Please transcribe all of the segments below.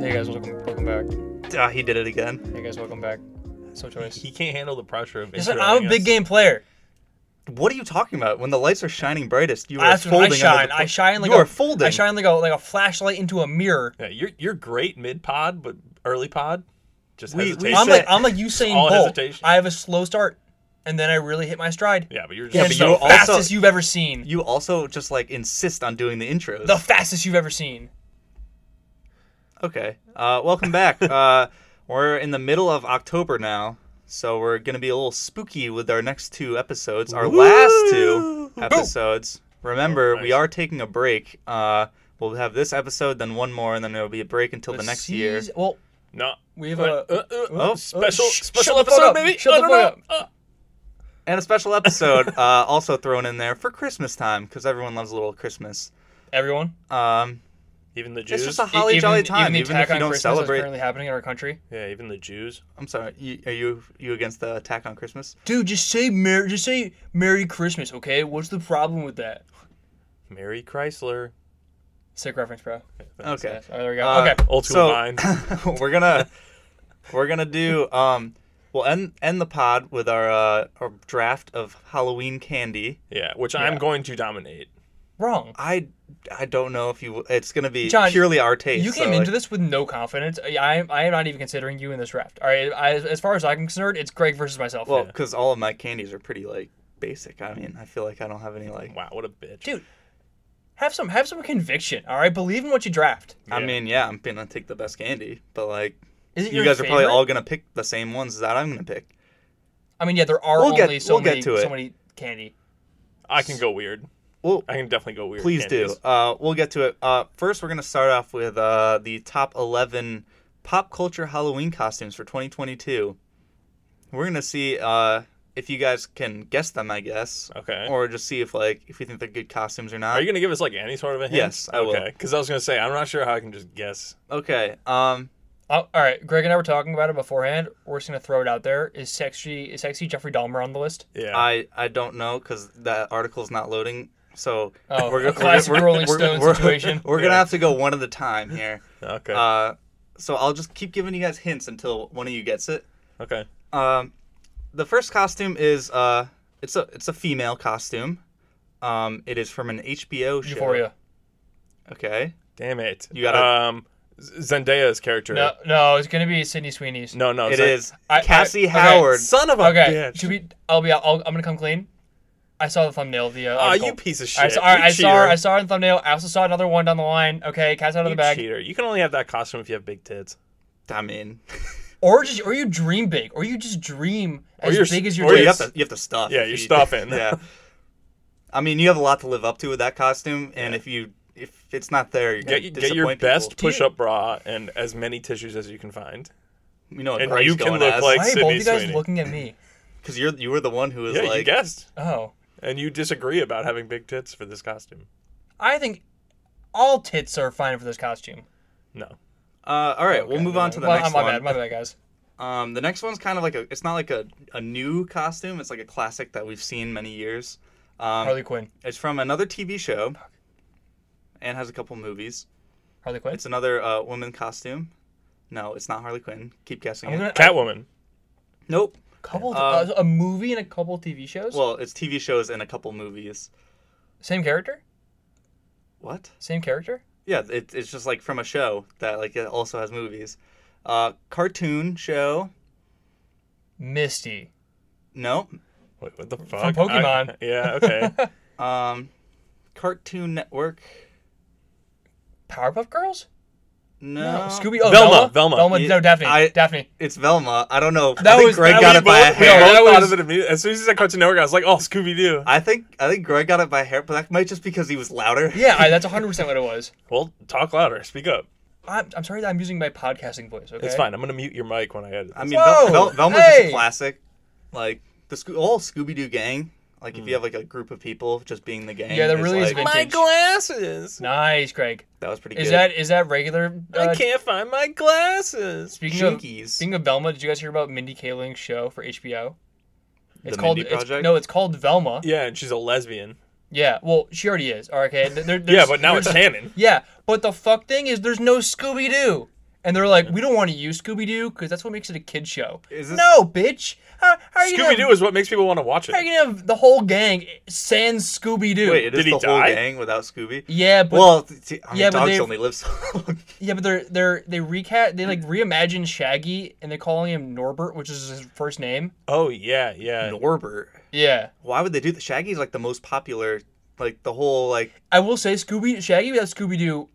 guys, welcome, welcome back. Ah, he did it again. Hey guys, welcome back. So choice. He can't handle the pressure of. Listen, introing I'm a us. big game player. What are you talking about? When the lights are shining brightest, you are That's when I folding. under shine. the I pl- shine like you a, are folding. I shine like a like a flashlight into a mirror. Yeah, you're you're great mid pod, but early pod, just We- we hesitation. I'm said- like I'm like Usain All Bolt. hesitation. I have a slow start, and then I really hit my stride. yeah, but you're just Yeah, And but it's so you the also- fast. fastest you've ever seen. You also just like insist on doing the intros. the fastest you've ever seen. okay. Uh, welcome back. uh, we're in the middle of October now, so we're gonna be a little spooky with our next two episodes. Our last two episodes. Remember, Oh, nice. we are taking a break. Uh, we'll have this episode, then one more, and then there'll be a break until the, next year. seas- Well, No, we have Uh, a. uh, uh, oh, special sh- special shut the fuck episode up. maybe. Shut I the don't fuck know. Uh, And a special episode uh, also thrown in there for Christmas time because everyone loves a little Christmas. everyone. e- Um, even the Jews. it's just a holly even, jolly time, Even the even, attack if you on don't Christmas celebrate. that's currently happening in our country. yeah, even the Jews. I'm sorry. You, are you you against the attack on Christmas? Dude, just say Merry, just say Merry Christmas, okay? What's the problem with that? Mary Chrysler. Sick reference, bro. Okay. Oh, there we go. Uh, okay. Old school So- line. we're gonna we're gonna do um we'll end end the pod with our uh our draft of Halloween candy. Yeah, which I'm going to dominate. Wrong. I I don't know if you it's gonna be John, purely our taste. You so, came into like, this with no confidence. I, I am, I am not even considering you in this draft. All right. I, as far as I'm concerned, it's Greg versus myself. well because all of my candies are pretty like basic. I mean I feel like I don't have any like Wow, what a bitch. dude, have some have some conviction. All right. Believe in what you draft. I Yeah. mean yeah I'm gonna take the best candy but like Is it you your guys are probably favorite? all gonna pick the same ones that I'm gonna pick. I mean, yeah, there are We'll only get- so we'll get many to it. so many candy. I can go weird. Well, I can definitely go weird. Please do. candies. Uh, we'll get to it. Uh, first, we're going to start off with uh, the top 11 pop culture Halloween costumes for 2022. We're going to see uh, if you guys can guess them, I guess. Okay. Or just see if like if you think they're good costumes or not. Are you gonna give us like any sort of a hint? Yes, I will. Okay, because I was gonna say I'm not sure how I can just guess. okay. Um, Oh, all right, Greg and I were talking about it beforehand. We're just gonna throw it out there. Is sexy is sexy Jeffrey Dahmer on the list? Yeah. I I don't know because that article's not loading. So Oh, we're a go- classic we're- Rolling we're- Stone we're- situation. We're gonna Uh, Yeah. have to go one at a time here. okay. Uh, so I'll just keep giving you guys hints until one of you gets it. okay. Um, the first costume is uh, it's a it's a female costume. Um, it is from an HBO show. Euphoria. Okay. Damn it. You gotta- Um, Z- Zendaya's character. No, no, it's gonna be Sydney Sweeney's. no, no It Zen- is I- I- Cassie okay, Howard. Son of a Okay, bitch. to be, I'll be, I'll, I'm gonna come clean. I saw the thumbnail. of The uh, Ah, article. you piece of shit. I saw, I, You I saw, cheater. I saw it in the thumbnail. I also saw another one down the line. Okay, cat's out of You the bag. cheater. You can only have that costume if you have big tits. I mean, Or just, or you dream big, or you just dream as you're- big as or your or you dreams. have to you have to stuff. Yeah, if you're you- stuffing. yeah. I mean, you have a lot to live up to with that costume, and if you if it's not there, you're gonna Get, get your disappoint best people. push-up bra and as many tissues as you can find. You know, and and you you can look like- Why are both Sydney you guys Sweeney. looking at me? because you're you were the one who was Yeah, you like, guessed, Oh, and you disagree about having big tits for this costume. I think all tits are fine for this costume. No. uh, all right, we'll move on to the Well, next my one. bad, my bad, guys. Um, the next one's kind of like a. It's not like a, a new costume. It's like a classic that we've seen many years. Um, Harley Quinn. It's from another TV show, and has a couple movies. Harley Quinn. It's another uh, woman costume. No, it's not Harley Quinn. Keep guessing. I'm it. gonna Catwoman. Nope. couple Um, uh, a movie and a couple TV shows. Well, it's TV shows and a couple movies. same character, What? same character. Yeah, it, it's just like from a show that like it also has movies. Uh, cartoon show. Misty. Nope. Wait, what the fuck? Pokemon. I- yeah, okay. Um, Cartoon Network. Powerpuff Girls. No. Scooby. Oh, Velma. Velma, Velma. Velma. Yeah, no, Daphne. I- Daphne. It's Velma. I don't know. That I think was- Greg that got was it by a both, we hair. that both thought was- of it immediately. As soon as he said Cartoon Network, I was like, oh, Scooby Doo. I think I think Greg got it by a hair, but that might just because he was louder. Yeah, I, that's 100 percent what it was. Well, talk louder. Speak up. I'm, I'm sorry that I'm using my podcasting voice. Okay. It's fine. I'm gonna mute your mic when I edit. I this. mean, Vel- Whoa, Vel- Velma's just hey. a classic. Like the Sco- whole Scooby Doo gang. Like if you have like a group of people just being the gang. Hmm. Yeah, that is, really is like- vintage. my glasses. Nice, Greg. That was pretty Is good. that is that regular? Uh, I can't find my glasses. Speaking of Jinkies. speaking of Velma, did you guys hear about Mindy Kaling's show for HBO? It's The called Mindy it's- Project? no, it's called Velma. Yeah. Yeah, and she's a lesbian. well, she already is. All right, okay. There- there- Yeah, there's- but now it's there's- canon. Yeah, but the fuck thing is, there's no Scooby Doo. And they're like, we don't want to use Scooby Doo because that's what makes it a kid show. Is this- No, bitch. How, how are you gonna Scooby Doo is what makes people want to watch How are it. you gonna have the whole gang sans Scooby Doo? Wait, it is Did he the whole die? gang without Scooby? yeah, but Well, th- see, I mean, Yeah, but dogs they've- only live so long. yeah, but they're they're they recat they Hmm. like reimagine Shaggy and they're calling him Norbert, which is his first name. Oh yeah, yeah. Norbert. Yeah, Why would they do that? Shaggy's like the most popular, like the whole like I will say Scooby Shaggy without Scooby Doo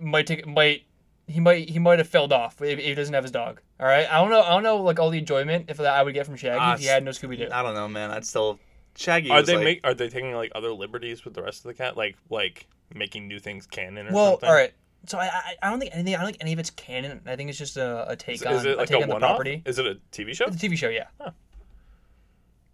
might take might he might he might have felled off if, if he doesn't have his dog. All right, I don't know I don't know like all the enjoyment if that I would get from Shaggy Ah, if he had no Scooby Doo. I don't know, man. I'd still Shaggy. Are was, they like, make? Are they taking like other liberties with the rest of the cat? Like like making new things canon or Well, something? all right. So I, I I don't think anything I don't think any of it's canon. I think it's just a, a take Is, on is it like take a on the one off? property. Is it a TV show? It's a TV show, yeah.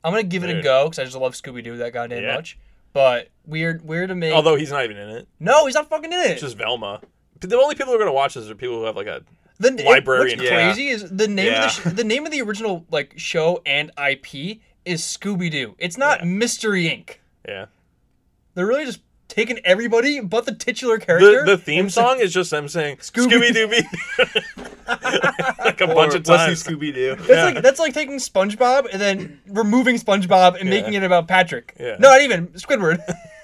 I'm gonna give it a Weird. go because I just love Scooby Doo that goddamn Yeah. much. But weird, weird to me. Although he's not even in it. no, he's not fucking in it. It's just Velma. But the only people who are gonna watch this are people who have like a the it- librarian. What's Yeah. crazy is the name Yeah. of the sh- the name of the original like show and IP is Scooby Doo. It's not Yeah. Mystery Inc. yeah. They're really just taking everybody but the titular The, character. the theme song is just them saying Scooby- Scooby Dooby like a or bunch of times. Scooby Doo. that's like that's like taking SpongeBob and then removing SpongeBob and Yeah. making it about Patrick. Yeah. Not even Squidward.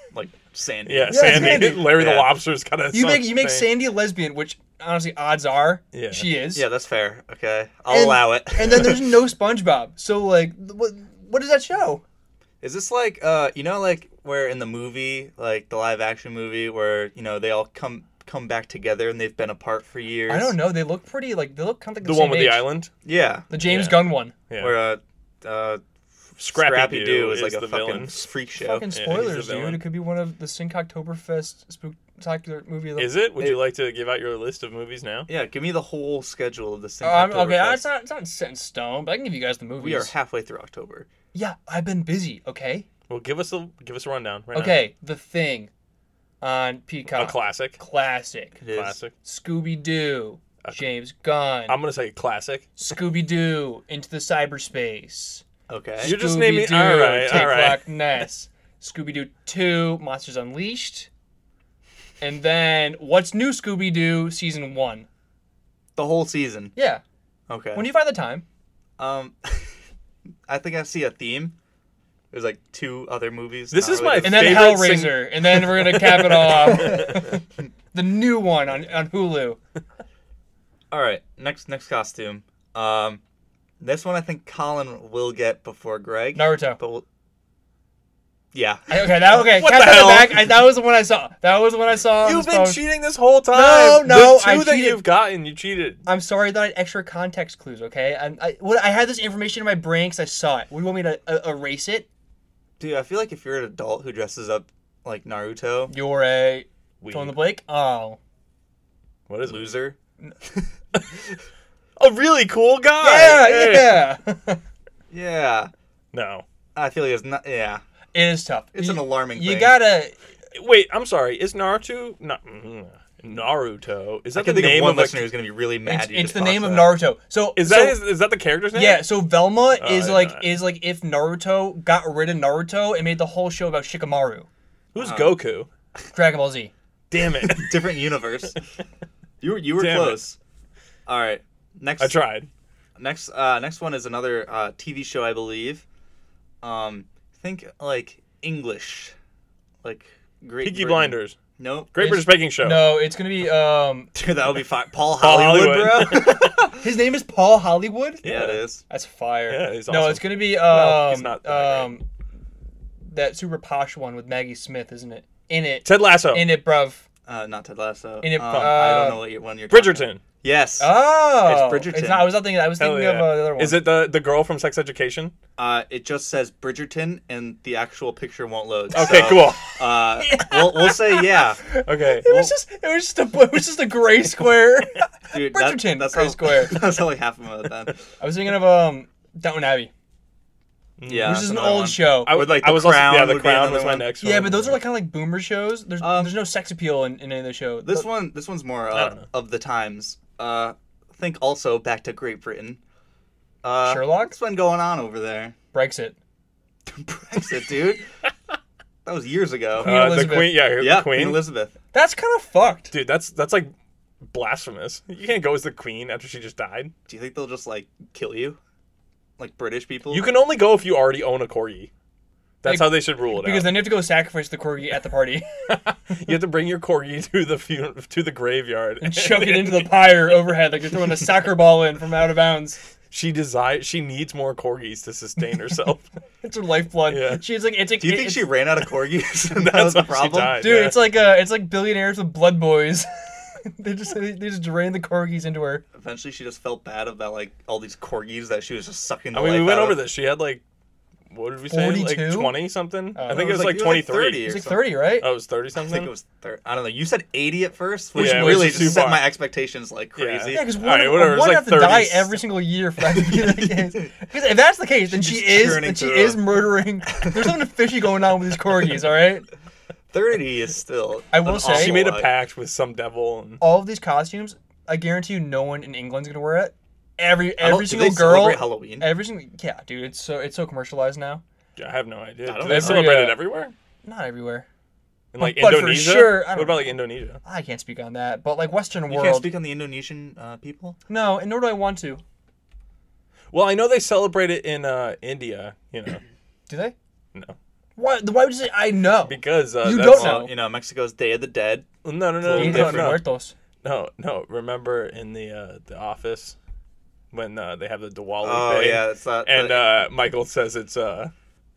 like Sandy. Yeah, Yeah, Sandy, Sandy. Larry Yeah. the Lobster's kind of you make you make Sandy a lesbian, which honestly odds are Yeah. she is. Yeah, that's fair. Okay, I'll And- allow it. and then there's no SpongeBob. So like, what what is that show? Is this like uh you know like where in the movie like the live action movie where you know they all come come back together and they've been apart for years? I don't know. They look pretty like they look kind of like the the, one same with age. the island. Yeah, The James Yeah. Gunn one. Yeah. where uh, uh Scrappy, Scrappy Doo is is like a the fucking villain. freak show. Fucking he's the spoilers, dude. villain. It could be one of the Syncoktoberfest spectacular movie. Of the- Is it? Would It- you like to give out your list of movies now? Yeah, give me the whole schedule of this thing. Oh, I'm, okay, it's not it's not set in stone, but I can give you guys the movies. we are halfway through October. yeah, I've been busy. Okay, Well, give us a give us a rundown. Right okay. The Thing on now. a Peacock, classic, classic. It is. classic. Scooby Doo, James Gunn. I'm gonna say classic. Scooby Doo into the cyberspace. Okay. You're just Scooby-Doo, naming- all right, Take all right. Loch Ness. Scooby Doo 2, Monsters Unleashed. And then What's New Scooby Doo season 1. The whole season. Yeah. Okay. When do you find the time? um, I think I see a theme. There's like two other movies. This not is my related. And then Favorite sing- Hellraiser. and then we're going to cap it off. the new one on, on Hulu. All right, next next costume. Um, this one I think Colin will get before Greg. Naruto. But we'll... yeah, I- okay, that okay. What cast the that hell? back. I, that was the one I saw. That was the one I saw. on You've this been phone. cheating this whole time. no, the two I that cheated. you've gotten, you cheated. I'm sorry that I had extra context clues. Okay, I I, what, I had this information in my brain because I saw it. Would you want me to uh, erase it? dude. I feel like if you're an adult who dresses up like Naruto, You're a Weeb. Fill in the blank. Oh, What is it? loser. A really cool guy. Hey. yeah, yeah. Yeah, No. I feel like it's not. Yeah, it is tough. it's you, an alarming. You thing. gotta. Wait, I'm sorry. Is Naruto not Naruto? Is I that can the think name of one a- listener who's gonna be really mad. It's, you it's just the boxed name of out. Naruto. So Is that so- is is that the character's name? yeah, so Velma Oh, is yeah, like alright. is like if Naruto got rid of Naruto and made the whole show about Shikamaru, Who's Uh-huh. Goku? Dragon Ball Z. Damn it! Different universe. you were you were Damn it. close. All right, next. I tried. Next, uh, next one is another uh, TV show, I believe. Um, think like English, like Great. Peaky Britain. Blinders. Nope. Great It's- British Baking Show. No, it's gonna be um. Dude, that would be fine. Paul Paul Hollywood, Hollywood. bro. His name is Paul Hollywood. yeah, it is. That's fire. Yeah, he's No, awesome. it's gonna be um No, he's not that um that super posh one with Maggie Smith, isn't it? In it, Ted Lasso. in it, bruv. Uh, not Ted Lasso. And it- um, I uh, don't know what your one you're. talking about. Bridgerton. Yes. Oh, It's Bridgerton. not, I was not thinking. I was Hell thinking yeah. of uh, the other one. Is it the the girl from Sex Education? Uh, it just says Bridgerton, and the actual picture won't load. Okay, so, cool. Uh, we'll, we'll say yeah, Okay. It was just it was just a it was just a gray square. dude. Bridgerton, That, that's Gray how- Square. that's only half of it then. I was thinking of um Downton Abbey, Yeah, which is an another old one. show. I With, like, I The was also- Crown yeah, would the be crown another was my one. next one. yeah, but those are like kind of like boomer shows. There's there's no sex appeal in, in any of the show. Um, This But- one, this one's more I don't uh, know. of the times. Uh, think also back to Great Britain. Uh, Sherlock? What's been going on over there? Brexit. Brexit, dude. that was years ago. Queen Uh, the Elizabeth. queen. Yeah, yeah, queen. Elizabeth. That's kind of fucked. Dude, that's that's like blasphemous. You can't go as the queen after she just died. Do you think they'll just like kill you, like British people? You can only go if you already own a corgi. That's Like- how they should rule it Because out. then you have to go sacrifice the corgi at the party you have to bring your corgi to the fu- to the graveyard and chuck it into the pyre overhead like you're throwing a soccer ball in from out of bounds. She desires. She needs more corgis to sustain herself. It's her lifeblood. Yeah. She's like it's like Do you think it's- she ran out of corgis? and that That's was the why she problem. died. Dude, Yeah. it's like uh, it's like billionaires with blood boys. they just they just drain the corgis into her. Eventually, she just felt bad about like all these corgis that she was just sucking. The I mean, we life went out over of. this. She had like, what did we say? 42? Like twenty something. Oh. I think it was, like, it was, like, 23. 30. It's like some- thirty, right? Oh, it was thirty I something. think it was. Thir- I don't know. You said eighty at first, which Yeah, it was really just just too set far. my expectations like crazy. yeah, because one, Alright, whatever, it's one like have to die 30s. every single year for that to be the case. Because if that's the case, then she She's is churning then she through is them. murdering. There's something fishy going on with these corgis. All right, Thirty is still. I will an say- she awful made a lot. pact with some devil. And... all of these costumes, I guarantee you, no one in England's gonna wear it. Every I don't- every do single they girl, celebrate Halloween. every single yeah, dude, it's so it's so commercialized now. I have no idea. don't Do they know. celebrate it Yeah. everywhere? Not everywhere. In like But for Indonesia. sure, I don't what about know. like Indonesia? I can't speak on that, but like Western you world, can't speak on the Indonesian uh, people. no, and nor do I want to. Well, I know they celebrate it in uh, India. You know, Do they? no, Why? Why would you say I know? because uh, You that's- don't know. So, you know, Mexico's Day of the Dead. No, no, no, Dia no, de It's no, los different. no, Muertos. no, no. Remember in the uh, the office when uh, they have the Diwali Oh thing? yeah, it's not and the uh, Michael says it's uh,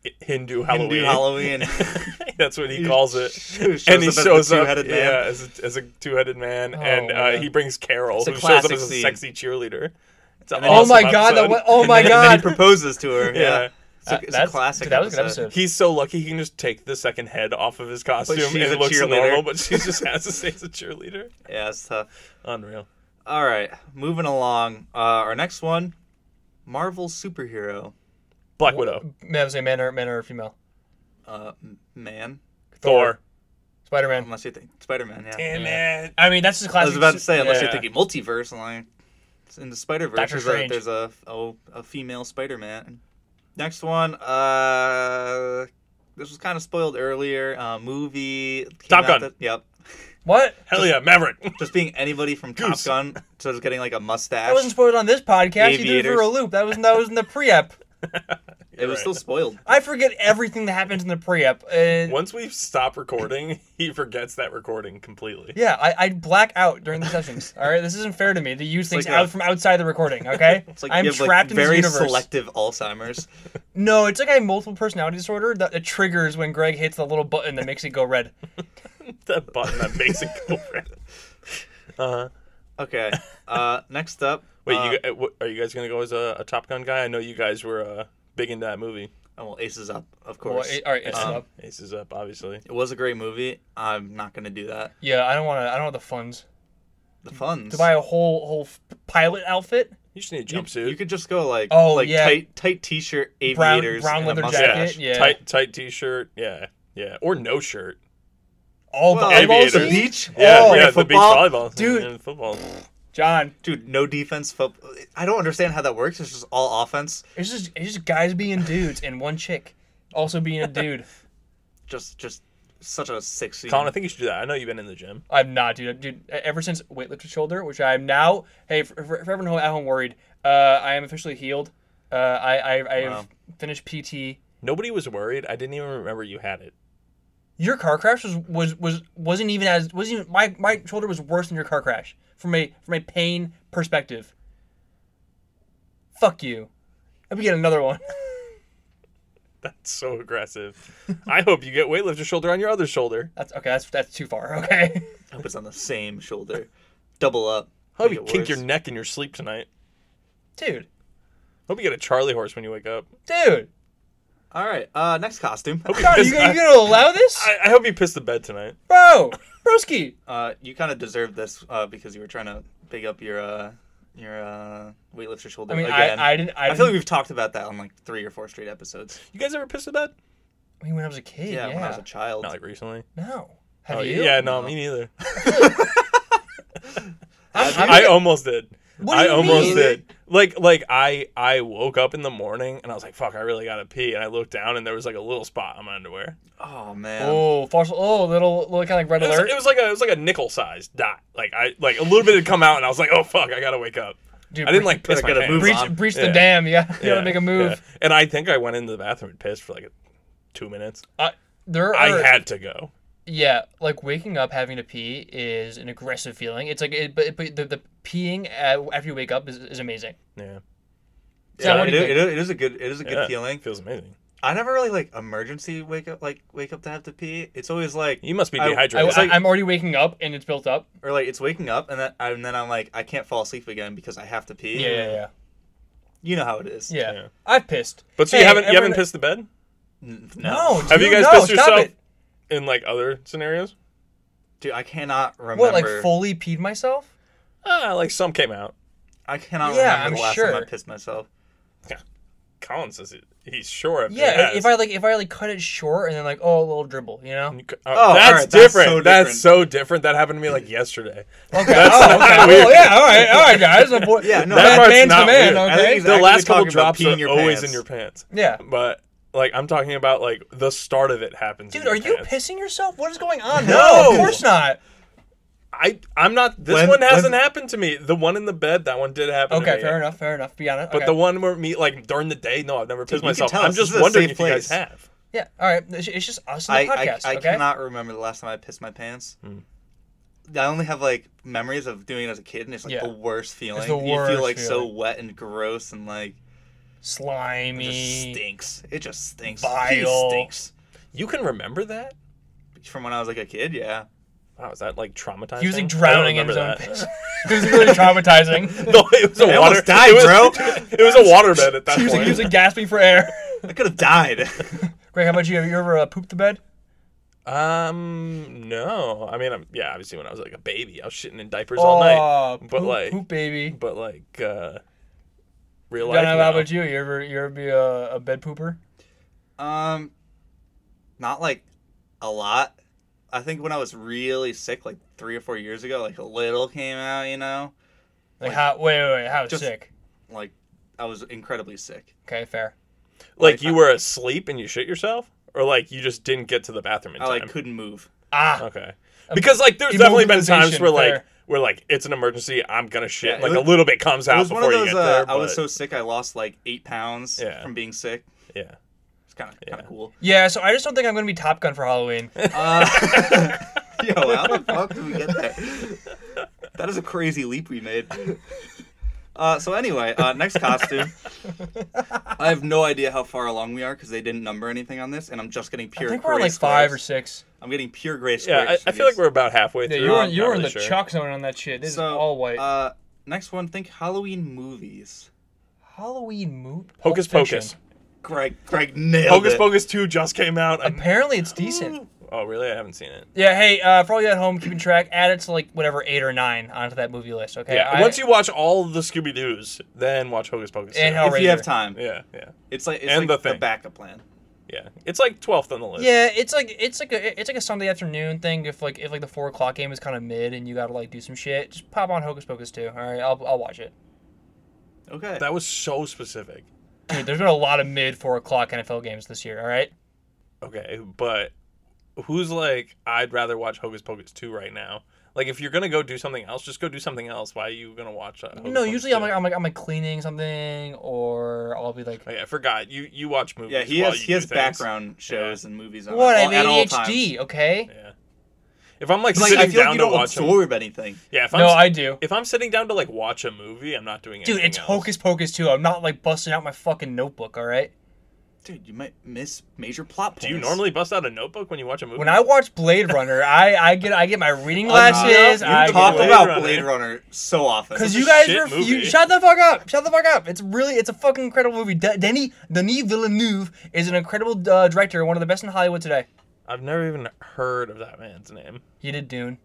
I- Hindu Halloween. Hindu Halloween. That's what he He calls it. shows and up he as the shows up, two-headed man. yeah, as a, as a two-headed man, and uh, man. he brings Carol, It's a who shows up classic as a scene. sexy cheerleader. It's And an then he- Oh my awesome god! That episode. was, oh And my then- and then god! he proposes to her. Yeah. Yeah, it's a, Uh, it's a that's- classic. dude, that was a good episode. He's so lucky he can just take the second head off of his costume she's and a it looks cheerleader. normal, but she just has to stay as a cheerleader. Yeah, it's tough. Unreal. All right, moving along. Uh, our next one, Marvel superhero, Black Widow, Man, I was saying man or man or female. uh, m- man. Thor. Spider Man. Unless you think Spider Man. Yeah. Damn it! I mean, that's just I classic. was about to say unless Yeah. you're thinking multiverse, and like it's in the Spider Verse, Doctor there's, a, Strange. there's a oh, a female Spider Man. Next one, uh, this was kind of spoiled earlier. Uh, movie. came Top out Gun. that- yep. what? Hell yeah, Maverick. Just being anybody from Top Goose. Gun, so just getting like a mustache. That wasn't spoiled on this podcast. You did it Aviators. for a loop. That was that was in the pre-ep. it was still spoiled. I forget everything that happens in the pre-ep. Uh, And Once we stop recording, he forgets that recording completely. yeah, I, I black out during the sessions. All right, this isn't fair to me to use things like out a- from outside the recording. Okay, It's like I'm you have, trapped like, in very this universe. selective Alzheimer's. No, it's like I have multiple personality disorder that it triggers when Greg hits the little button that makes it go red. That button that makes it go red. Uh, Okay. Uh, next up. wait, uh, you, gu- uh, what- are you guys gonna go as a, a Top Gun guy? I know you guys were uh, big into that movie. oh, well, Aces Up, of Well, course. it- it, all right, it's Um, up. Aces up, obviously. was a great movie. I'm not gonna do that. Yeah, I don't want to. I don't have the funds The funds. to buy a whole whole f- pilot outfit. You just need a you, jumpsuit. you could just go like Oh, like yeah. tight tight t-shirt Brown- aviators brown and leather a yeah, mustache. jacket. yeah. tight tight t-shirt. Yeah, yeah, or no shirt. All Well, volleyball aviators. the team? beach. Yeah, oh, yeah, and the beach football. volleyball, Dude. and football. John, Dude, no defense football. I don't understand how that works. It's just all offense. it's just it's just guys being dudes and one chick also being a dude. Just just such a sexy. Colin, I think you should do that. I know you've been in the gym. I'm not, dude. Dude, e, ever since weightlifted shoulder, which I am now. Hey, for, for, for everyone who- at home worried, uh, I am officially healed. Uh, I I I've Wow. finished PT. Nobody was worried. I didn't even remember you had it. Your car crash was was was wasn't even as wasn't even my my shoulder was worse than your car crash from a from a pain perspective. Fuck you. Let me get another one. That's so aggressive. I hope you get weightlifter shoulder on your other shoulder. That's okay. That's that's too far. Okay. I hope it's on the same shoulder. Double up. I hope Make you it kink your worse. neck in your sleep tonight. Dude, Hope you get a Charlie horse when you wake up. dude, All right. Uh, next costume. God, are you, gonna- you gonna allow this, I, I hope you pissed the bed tonight. bro? Broski, Uh, you kind of deserve this uh, because you were trying to big up your uh, your uh, weightlifter shoulder I mean, again. I, I didn't. I, I didn't, feel like we've talked about that on like three or four straight episodes. You guys ever pissed the bed? I mean, when I was a kid. Yeah, Yeah. when I was a child. Not like recently. no. Have oh, you? Yeah, no, No. me neither. I'm, I'm I gonna- almost did. What do I you almost mean? did. Like like I I woke up in the morning and I was like, fuck, I really gotta pee. And I looked down and there was like a little spot on my underwear. Oh man. Oh, partial. Oh, little, little kind of like red It was, alert. it was like a it was like a nickel sized dot. Like I like a little bit had come out and I was like, oh fuck, I gotta wake up. Dude, I didn't bre- like piss I my gotta pants. move breach, on. breach the Yeah. dam. Yeah, you gotta make a move. yeah. And I think I went into the bathroom and pissed for like two minutes. I- there are, I had to go. yeah, like waking up having to pee is an aggressive feeling. It's like, it, but, but the, the peeing uh, after you wake up is, is amazing. Yeah. So yeah, what it, do you is- it is- it is a good it is a good Yeah. feeling. Feels amazing. I never really like emergency wake up like wake up to have to pee. It's always like You must be I- I, dehydrated. It's like- I, am already waking up and it's built up. or like it's waking up and then and then I'm like I can't fall asleep again because I have to pee. Yeah, yeah, yeah. You know how it is. Yeah, Yeah. I've pissed. but so Hey, you haven't you everyone- haven't pissed the bed? N- No, No. dude, Have you guys no, pissed stop yourself It. in like other scenarios? Dude, I cannot remember. What, like fully peed myself? Uh, Ah, like some came out. I cannot Yeah, remember I'm the last time sure. I pissed myself. Colin says it, he's sure. If Yeah, it if I like, if I like cut it short and then like, oh, a little dribble, you know? You c- Oh, all that's, right, that's different. so That's so different. That happened to me like yesterday. Okay. oh, okay. Well, yeah. All right. All right, guys. The boy- Yeah, no, the bad that part's man's the not man. weird. I think Okay. he's The actually last couple talking about drops peeing are your always pants. in your pants. yeah. But like I'm talking about like the start of it happens. Dude, in your are you pants. pissing yourself? What is going on? No. of course not. I I'm not. This When- one hasn't when- happened to me. The one in the bed, that one did happen. to Okay, me. fair enough. Fair enough. Be honest. But okay. the one where me like during the day, no, I've never pissed you can myself. tell I'm us. just This is a wondering safe if you guys place. have. yeah. All right. It's, it's just us in I, the I, podcast. I okay. Hmm. cannot remember the last time I pissed my pants. I only have like memories of doing it as a kid, and it's like Yeah. the worst feeling. the you worst feel like so feeling. wet and gross, and like it just Slimy. stinks. It just stinks. Pee Vile. stinks. You can remember that? From when I was like a kid, yeah. Wow, is that like traumatizing? He was like I don't drowning in his own remember that. piss. it was really traumatizing. no, it was a I water. almost died, it was, bro. It was a waterbed at that He was, like, point. he was like gasping for air. I could have died. Greg, how about you? Have you ever uh, pooped the bed? Um, no. I mean, I'm yeah. Obviously, when I was like a baby, I was shitting in diapers all night. But poop, like, poop baby. but like, uh, real Don't life. know how no. about you. You ever, you ever be a, a bed pooper? Um, not like a lot. I think when I was really sick, like three or four years ago, like a little came out. You know, Like, how? Wait, wait, wait. How Just- sick? like I was incredibly sick. Okay, fair. Like, you were asleep and you shit yourself, or like you just didn't get to the bathroom in I time. like couldn't move. Ah, okay. Because like, there's immobilization, definitely been times where like. fair. Where like it's an emergency, I'm gonna shit. Yeah, it like was- a little bit comes It out was before one of those. you get there. uh, I was but- so sick, I lost like eight pounds Yeah. from being sick. yeah. It's kind of kind of cool. Yeah, so I just don't think I'm gonna be Top Gun for Halloween. Uh, yo, how the fuck did we get there? That is a crazy leap we made. Uh, so anyway, uh, next costume. I have no idea how far along we are because they didn't number anything on this, and I'm just getting I pure. think we're on gray like five squares. or six. I'm getting pure gray squares. Yeah, I, for I feel like these. we're about halfway through. Yeah, you were I'm you not were in really the sure. chalk zone on that shit. This so, is all white. Uh, next one, think Halloween movies. Halloween movie. Hocus Pocus. Greg, Greg nailed Hocus it. Pocus 2 just came out. I'm- Apparently, it's decent. oh, really? I haven't seen it. Yeah. Hey, uh, for all you at home keeping track, add it to like whatever eight or nine onto that movie list. Okay. Yeah. I- once you watch all the Scooby Doo's, then watch Hocus Pocus. And two. how- If you have Hellraiser. time, yeah, yeah, it's like it's And like the the, thing. backup plan. yeah. It's like twelfth on the list. Yeah, it's like it's like a it's like a Sunday afternoon thing. If like if like the four o'clock game is kind of mid and you gotta like do some shit, just pop on Hocus Pocus too. All right, I'll I'll watch it. Okay. That was so specific. Dude, there's been a lot of mid four o'clock NFL games this year. All right. Okay, but who's like? I'd rather watch Hocus Pocus two right now. Like, if you're gonna go do something else, just go do something else. Why are you gonna watch that? Hocus No, Pocus usually I'm 2? like I'm like I'm like cleaning something or I'll be like Oh, yeah, I forgot. You you watch movies. yeah, he while has he you do has things. background shows and movies on What? all, I have at all times. ADHD, okay? Yeah. If I'm like, It's Like, sitting I feel down like you to don't watch 'em- absorb anything. yeah, if I'm No, s- I do. if I'm sitting down to like watch a movie, I'm not doing anything. Dude, it's else. Hocus Pocus too. I'm not like busting out my fucking notebook, all right? Dude, you might miss major plot points. Do you normally bust out a notebook when you watch a movie? When I watch Blade Runner, I I get I get my reading glasses. You I get talk Blade about Runner. Blade Runner so often. because a you guys shit were you movie. shut the fuck up, shut the fuck up. It's really it's a fucking incredible movie. De- Denny Denis Villeneuve is an incredible uh, director, one of the best in Hollywood today. I've never even heard of that man's name. He did Dune,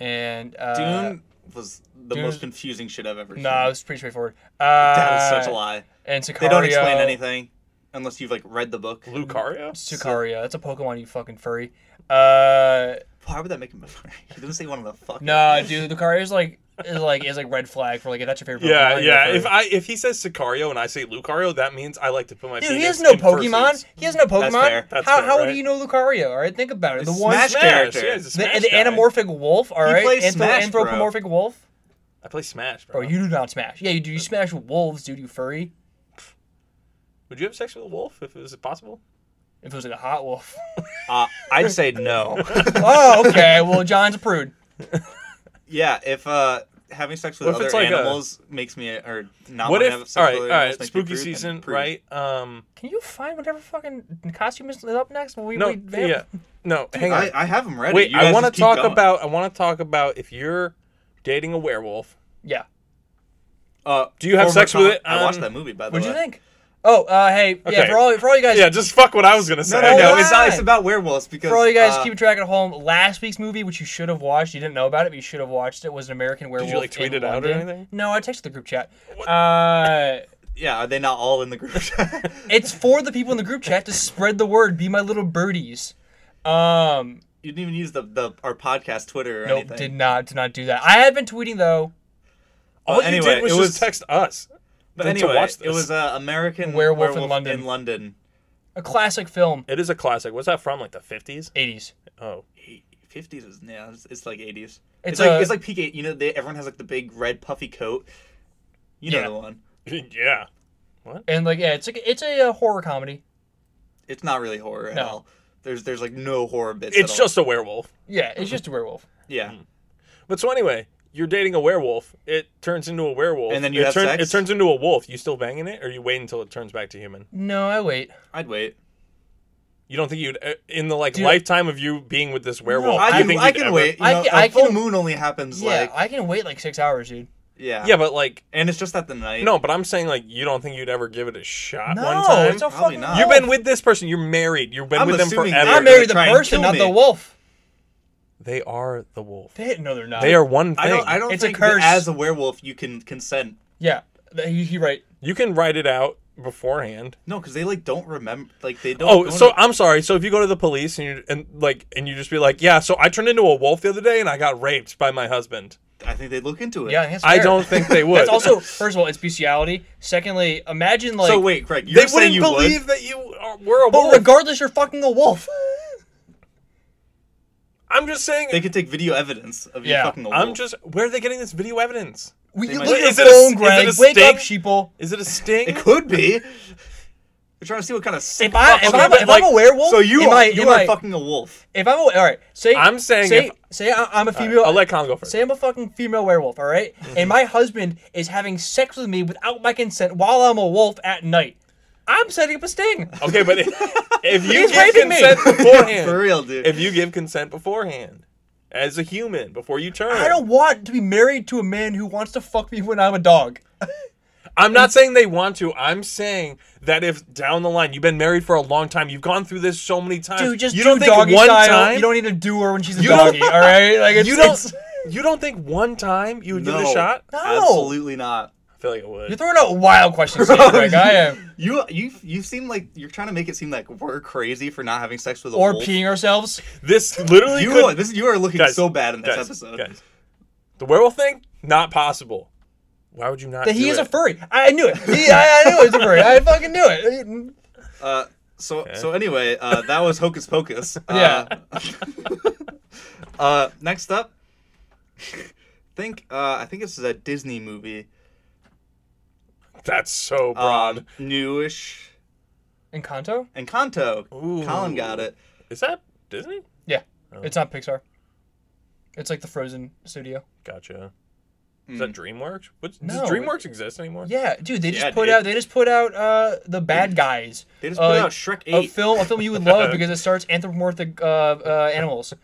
and uh, Dune was the Dune- most confusing shit I've ever seen. No, it was pretty straightforward. Uh, that is such a lie. And Sicario. They don't explain anything unless you've like read the book. Lucario? Sicario. That's a Pokemon, you fucking furry. Uh, Why would that make him a furry? He didn't say one of the fuck. nah, dude. Lucario's like is like is like red flag for like if that's your favorite. Oh, Yeah, Pokemon, yeah. you're If I if he says Sicario and I say Lucario, that means I like to put my Dude, penis he has no in Pokemon. fursuits. He has no Pokemon. That's fair. That's how fair, how right? do you know Lucario? All right, think about it. The He's one Smash the, character. Yeah, he's a the Smash guy. anthropomorphic wolf. All He right, plays Anthro- Smash, bro. anthropomorphic wolf. I play Smash, bro. Bro, you do not smash. Yeah, you do. You smash wolves, dude. You furry. Would you have sex with a wolf if it was possible? If it was like a hot wolf. Uh, I'd say no. oh, okay. Well, John's a prude. yeah, if uh, having sex with What if other it's like a- animals makes me or not what wanna if? have sex all with right, all other right. animals makes me Spooky prude, then season, prude. right? Um, Can you find whatever fucking costume is up next? When we, no, we vamp? yeah, no. Hang on. I, I have them ready. Wait, You I guys want to just keep talk going. about. I want to talk about if you're dating a werewolf. Yeah. Uh, Do you have former sex with comment- it? I watched Um, that movie by the What'd way. you think? Oh, uh, hey, yeah. Okay. For all for all you guys, Yeah, just fuck what I was gonna say. No, no, no. Hold It's not. on. It's about werewolves because Oh, for all you guys uh, keep track at home, last week's movie, which you should have watched, you didn't know about it, but you should have watched it, was an American Werewolf. you, like, tweet in it out or London. anything? No, I texted the group chat. Uh, Yeah, are they not all in the group? chat? it's for the people in the group chat to spread the word. Be my little birdies. Um, you didn't even use the, the our podcast Twitter or nope, anything. did not, did not do that. I had been tweeting though. All Well, you anyway, did was it just was- text us. But to- to anyway, watch it this. was uh, American Werewolf in werewolf, London. in London. A classic film, It is a classic. What's that from? Like the fifties? 80s. Oh, Fifties was yeah, it's, it's like eighties. It's It's, like a- it's like peak. eight- You know, they, everyone has like the big red puffy coat. You know Yeah. the one. yeah. And like, yeah, it's like it's a, uh horror comedy. It's not really horror at No. all. There's there's like no horror bits. It's at just a werewolf. Yeah, it's just a werewolf. all. yeah. Mm. But so anyway, you're dating a werewolf. It turns into a werewolf, And then you it have turn- sex? It turns into a wolf. You still banging it, or you wait until it turns back to human? No, I wait. I'd wait. You don't think you'd uh, in the like Dude. lifetime of you being with this werewolf? I you I can, think I you'd can ever- wait. You I know, can- a I full can- moon only happens Yeah, like I can wait like six hours, dude. yeah. Yeah, but like, And it's just at the night. no. But I'm saying like, you don't think you'd ever give it a shot No, one time? it's a Probably fucking. not. You've wolf. been with this person. You're married. You've been I'm with them assuming forever. they're I married the trying to person, kill not the me. wolf. They are the wolf. They, no, they're not. They are one thing. I don't. I don't It's a think that curse. as a werewolf you can consent. Yeah, th- he, he right. You can write it out beforehand. No, because they like don't remember. Like they don't. Oh, go so to- I'm sorry. So if you go to the police and you and like and you just be like, yeah, so I turned into a wolf the other day and I got raped by my husband. I think they look into it. Yeah, that's I fair. don't think they would. That's also first of all, it's bestiality. Secondly, imagine like. so wait, Craig, you're they saying wouldn't you believe would? that you are, were a But wolf. regardless, you're fucking a wolf. I'm just saying. They could take video evidence of Yeah, you fucking a wolf. I'm just. Where are they getting this video evidence? Will you might- look at Is your it a- phone, is it Greg? a Wake up, sting? sheeple. Is it a sting? It could be. We're trying to see what kind of sick If, I, fuck if, you I'm, a- are. if I'm a like- werewolf, so you am are, I, you am are I- fucking a wolf. If I'm a, all right, say I'm saying say, if- say I, I'm a female. I'll let Colin go first. say I'm a fucking female werewolf, all right? And my husband is having sex with me without my consent while I'm a wolf at night. I'm setting up a sting. Okay, but if, if you He's give raping me. consent beforehand, For real, dude. if you give consent beforehand, as a human, before you turn, I don't want to be married to a man who wants to fuck me when I'm a dog. I'm not saying they want to. I'm saying that if down the line you've been married for a long time, you've gone through this so many times. Dude, just you do don't think doggy one style. time. You don't need to do her when she's a You don't- doggy. All right, like it's, you it's- don't. You don't think one time you would no, give it a shot? No. absolutely not. I feel like it would. You're throwing out wild questions, here, Greg. I am. You you you seem like you're trying to make it seem like we're crazy for not having sex with a Or wolf. peeing ourselves. This literally You could. are, this you are looking Guys, so bad in this guys, episode. guys. The werewolf thing, not possible. Why would you not? That he do is it? a furry. I knew it. He, I, I knew it was a furry. I fucking knew it. Uh, so so anyway, uh, that was Hocus Pocus. Uh, uh, next up, think uh, I think this is a Disney movie, That's so broad. um, newish. Encanto? Encanto. Ooh. Colin got it. is that Disney? Yeah. It's not Pixar. It's like the Frozen studio. Gotcha. Is mm. that DreamWorks? What, No. Does DreamWorks exist anymore? Yeah, dude, they just Yeah, put dude. out they just put out uh the bad guys. They just put Uh, out Shrek A Eight. film a film you would love because it starts anthropomorphic uh, uh animals.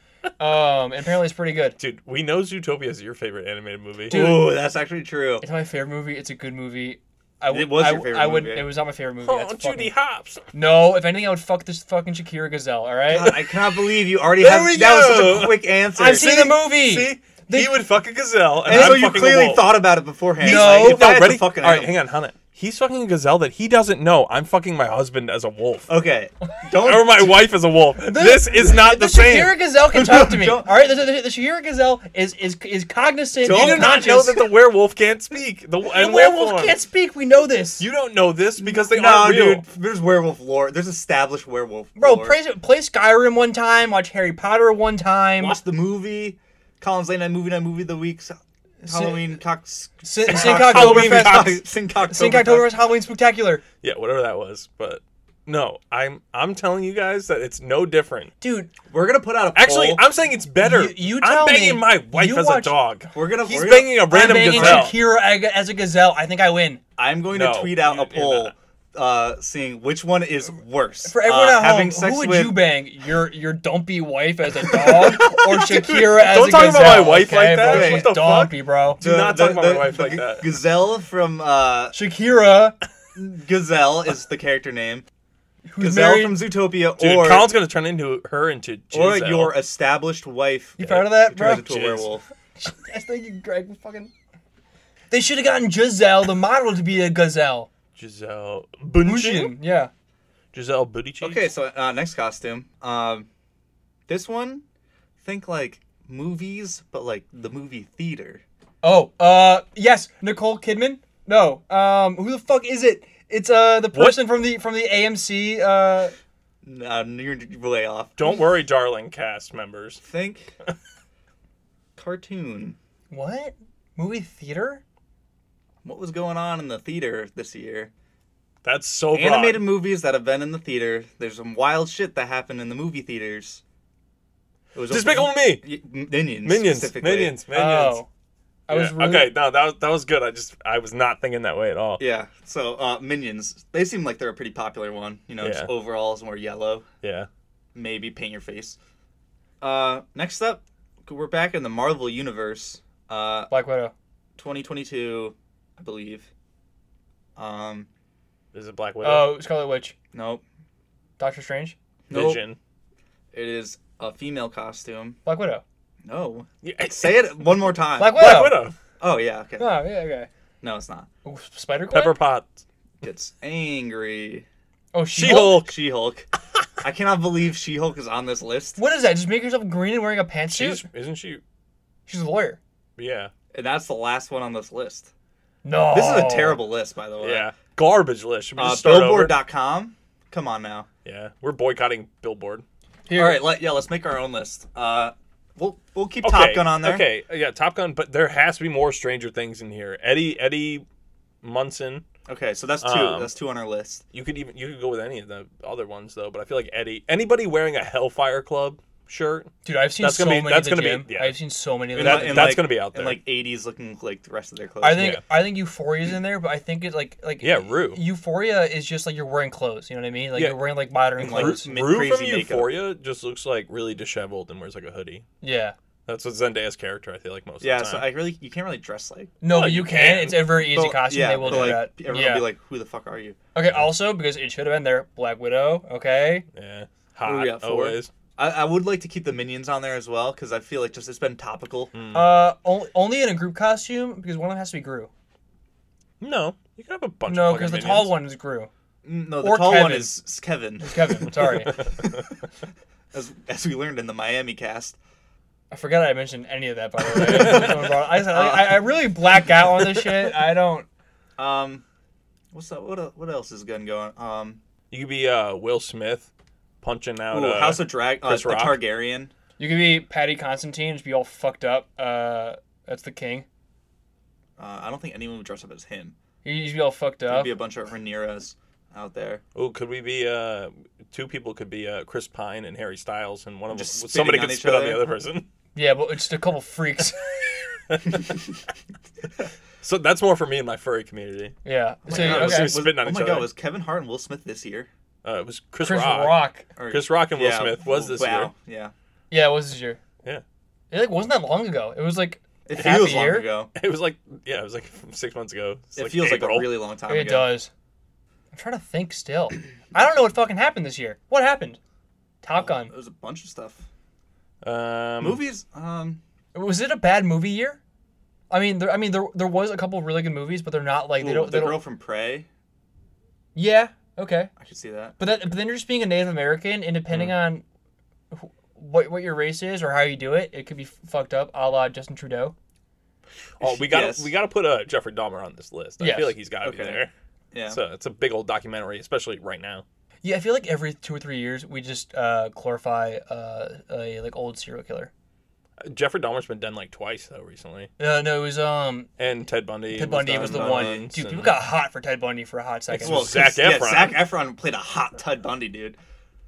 Um and apparently it's pretty good. Dude, we know Zootopia is your favorite animated movie. Dude. Ooh, that's actually true. It's my favorite movie. It's a good movie. I would, It was I, your favorite I would, movie. It was not my favorite movie. oh, That's Judy fucking- Hopps. no, if anything, I would fuck this fucking Shakira Gazelle. All right. God, I cannot believe you already There have. we That was go. such a quick answer. I've seen the movie. See? They- he would fuck a gazelle, and, And I'm so you fucking a clearly wolf. thought about it beforehand. No. Like, if I had to ready? Fucking All right, animal- hang on, hunt it. He's fucking a gazelle that he doesn't know. I'm fucking my husband as a wolf. Okay, don't Or my wife as a wolf. this is not the, same. Shahira Gazelle can talk to me. All Don't- right, the, the, the Shahira Gazelle is is is cognizant. You do Don't not know that the werewolf can't speak. The, the and werewolf wolf can't speak. We know this, You don't know this because they no, aren't real. dude. There's werewolf lore. There's established werewolf. bro. lore. Play, play Skyrim one time. Watch Harry Potter one time. Watch the movie. Collins Late Night Movie Night Movie of the Week. Halloween Cox. Sin- Cox- Sincoctoberfest. Halloween Cox- Sincoctoberfest. Sync October was Halloween Spectacular, Yeah, whatever that was. But no, I'm I'm telling you guys that it's no different. dude. We're gonna put out a Actually, poll. I'm saying it's better. You- you I'm tell banging me. my wife You as watch- a dog. We're gonna- He's we're gonna- banging a I'm random banging gazelle. Shakira ag- as a gazelle. I think I win. I'm going No, to tweet out you- a you're poll, not. uh, seeing which one is worse. For everyone Uh, at home, having sex who would with- you bang? Your your dumpy wife as a dog, or Shakira as don't a gazelle? talk about my wife like that. Bro, What she's the fuck? dumpy, bro. Do not talk about my wife like g- that. Gazelle from uh, Shakira, Gazelle is the character name. who's Gazelle married. from Zootopia, Dude, or Colin's gonna turn into her into or Giselle. your established wife. You proud of that, who turns bro? into Jeez. a werewolf. I think you, Greg. Fucking. They should have gotten Giselle, the model, to be a gazelle. Giselle Bundchen. Mushin, yeah. Giselle Booty Cheeks. Okay, so uh, next costume. Um, this one, think like movies, but like the movie theater. Oh, uh, yes, Nicole Kidman. No, um, who the fuck is it? It's uh the person from the from the AMC. Uh, Uh, you're way off. Don't worry, darling cast members. think cartoon. what movie theater? What was going on in the theater this year? That's so broad. Animated movies that have been in the theater. There's some wild shit that happened in the movie theaters. It was a- Despicable Me. Y- Minions. Minions. specifically. Minions. Minions. Oh, I was Yeah, really, okay. No, that was, that was good. I just I was not thinking that way at all. Yeah. So uh, minions. They seem like they're a pretty popular one. You know, Yeah. just overalls more yellow. Yeah. Maybe paint your face. Uh, next up, we're back in the Marvel universe. Uh, Black Widow. 2022, I believe. Um, Is it Black Widow? Oh, Scarlet Witch. nope. Doctor Strange. Nope. Vision. It is a female costume. Black Widow. No. Yeah, Say it one more time. Black Widow. Black Widow. Oh yeah, okay. Oh, yeah, okay. No, it's not. Ooh, Spider Gwen. Pepper Potts. It's angry. Oh, she. She Hulk. She Hulk. I cannot believe She Hulk is on this list. What is that? Just make yourself green and wearing a pantsuit. She's She's, isn't she? a lawyer. Yeah. And that's the last one on this list. No. This is a terrible list, by the way. Oh. Yeah. Garbage list. Should we Uh, just start over? Billboard.com. Come on now. Yeah. We're boycotting Billboard. Here. All right, let, yeah, let's make our own list. Uh, we'll we'll keep Okay, Top Gun on there. Okay. Yeah. Top Gun. But there has to be more Stranger Things in here. Eddie. Eddie. Munson. Okay, so that's two. Um, that's two on our list. You could even you could go with any of the other ones though, but I feel like Eddie. Anybody wearing a Hellfire Club shirt? Dude, I've seen That's so gonna be- many. that's at the gonna be- gym. yeah. I've seen so many. Of That- them. li- in that's like- gonna be out there. In like 80s, looking like the rest of their clothes. I think Yeah. I think Euphoria's in there, but I think it's like like Yeah, Rue. Euphoria is just like you're wearing clothes. You know what I mean? Like Yeah. you're wearing like modern like, Rue, clothes. ma- Rue crazy from makeup. Euphoria just looks like really disheveled and wears like a hoodie. yeah. That's what Zendaya's character I feel like most yeah. of the So time. I really you can't really dress like. No, Well, but you you can. can. It's a very easy Well, costume. yeah, they will Oh, but, do like, that. Everyone yeah. will be like, "Oh." "Who the fuck are you?" okay. Also, because it should have been there, Black Widow. Okay. yeah. do we got Hot for? always. I, I would like to keep the minions on there as well because I feel like just it's been topical. Uh, only, only in a group costume because one of them has to be Gru. No. You could have a bunch No, of because fucking the tall minions. one is Gru. Mm, No, the Or tall one Kevin. is is Kevin, It's Kevin. Sorry, as, as we learned in the Miami cast. I forgot I mentioned any of that. By the way, Someone brought- I, said, I, I really black out on this shit. I don't. Um, what's up? What el- what else is going going? Um, You could be uh, Will Smith punching out ooh, uh, House of Drag, uh, Chris the Rock. Targaryen. You could be Patty Constantine, just be all fucked up. Uh, that's the king. Uh, I don't think anyone would dress up as him. You should be all fucked There'd up. be a bunch of Rhaenyras out there. Oh, could we be uh, two people could be uh, Chris Pine and Harry Styles and one of them Just spitting somebody on could each spit on the other. other person. Yeah, but it's just a couple freaks. So that's more for me and my furry community. yeah. So, God, okay. was- spitting on oh each my other. god, was Kevin Hart and Will Smith this year? Uh, it was Chris, Chris Rock. Rock. Or- Chris Rock and Will Smith was this year. wow, Yeah, Yeah, it was this year. Yeah. It like wasn't that long ago. It was like it half feels a long year. ago. It was like yeah, it was like six months ago. It's It feels like April. a really long time It ago. does. I'm trying to think still. I don't know what fucking happened this year. What happened? Top Gun. It was a bunch of stuff. um, Movies. Um, Was it a bad movie year? I mean, there. I mean, there. There was a couple really good movies, but they're not like they Ooh, don't. They the don't girl from Prey. yeah. Okay. I could see that. But that. But then you're just being a Native American, and depending Mm. on wh- what what your race is or how you do it, it could be f- fucked up, a la Justin Trudeau. Oh, we got Yes. to we got to put uh, Jeffrey Dahmer on this list. I Yes. feel like he's got to be Okay. there. Yeah. So it's a big old documentary, especially right now. Yeah, I feel like every two or three years we just uh, glorify uh, a like old serial killer. Uh, Jeffrey Dahmer's been done like twice though recently, Uh, no, it was um and Ted Bundy. Ted Bundy done was the by one. Vince Dude, and- people got hot for Ted Bundy for a hot second. well, Zac 'cause- yeah, Efron. Zac Efron played a hot Ted Bundy, dude.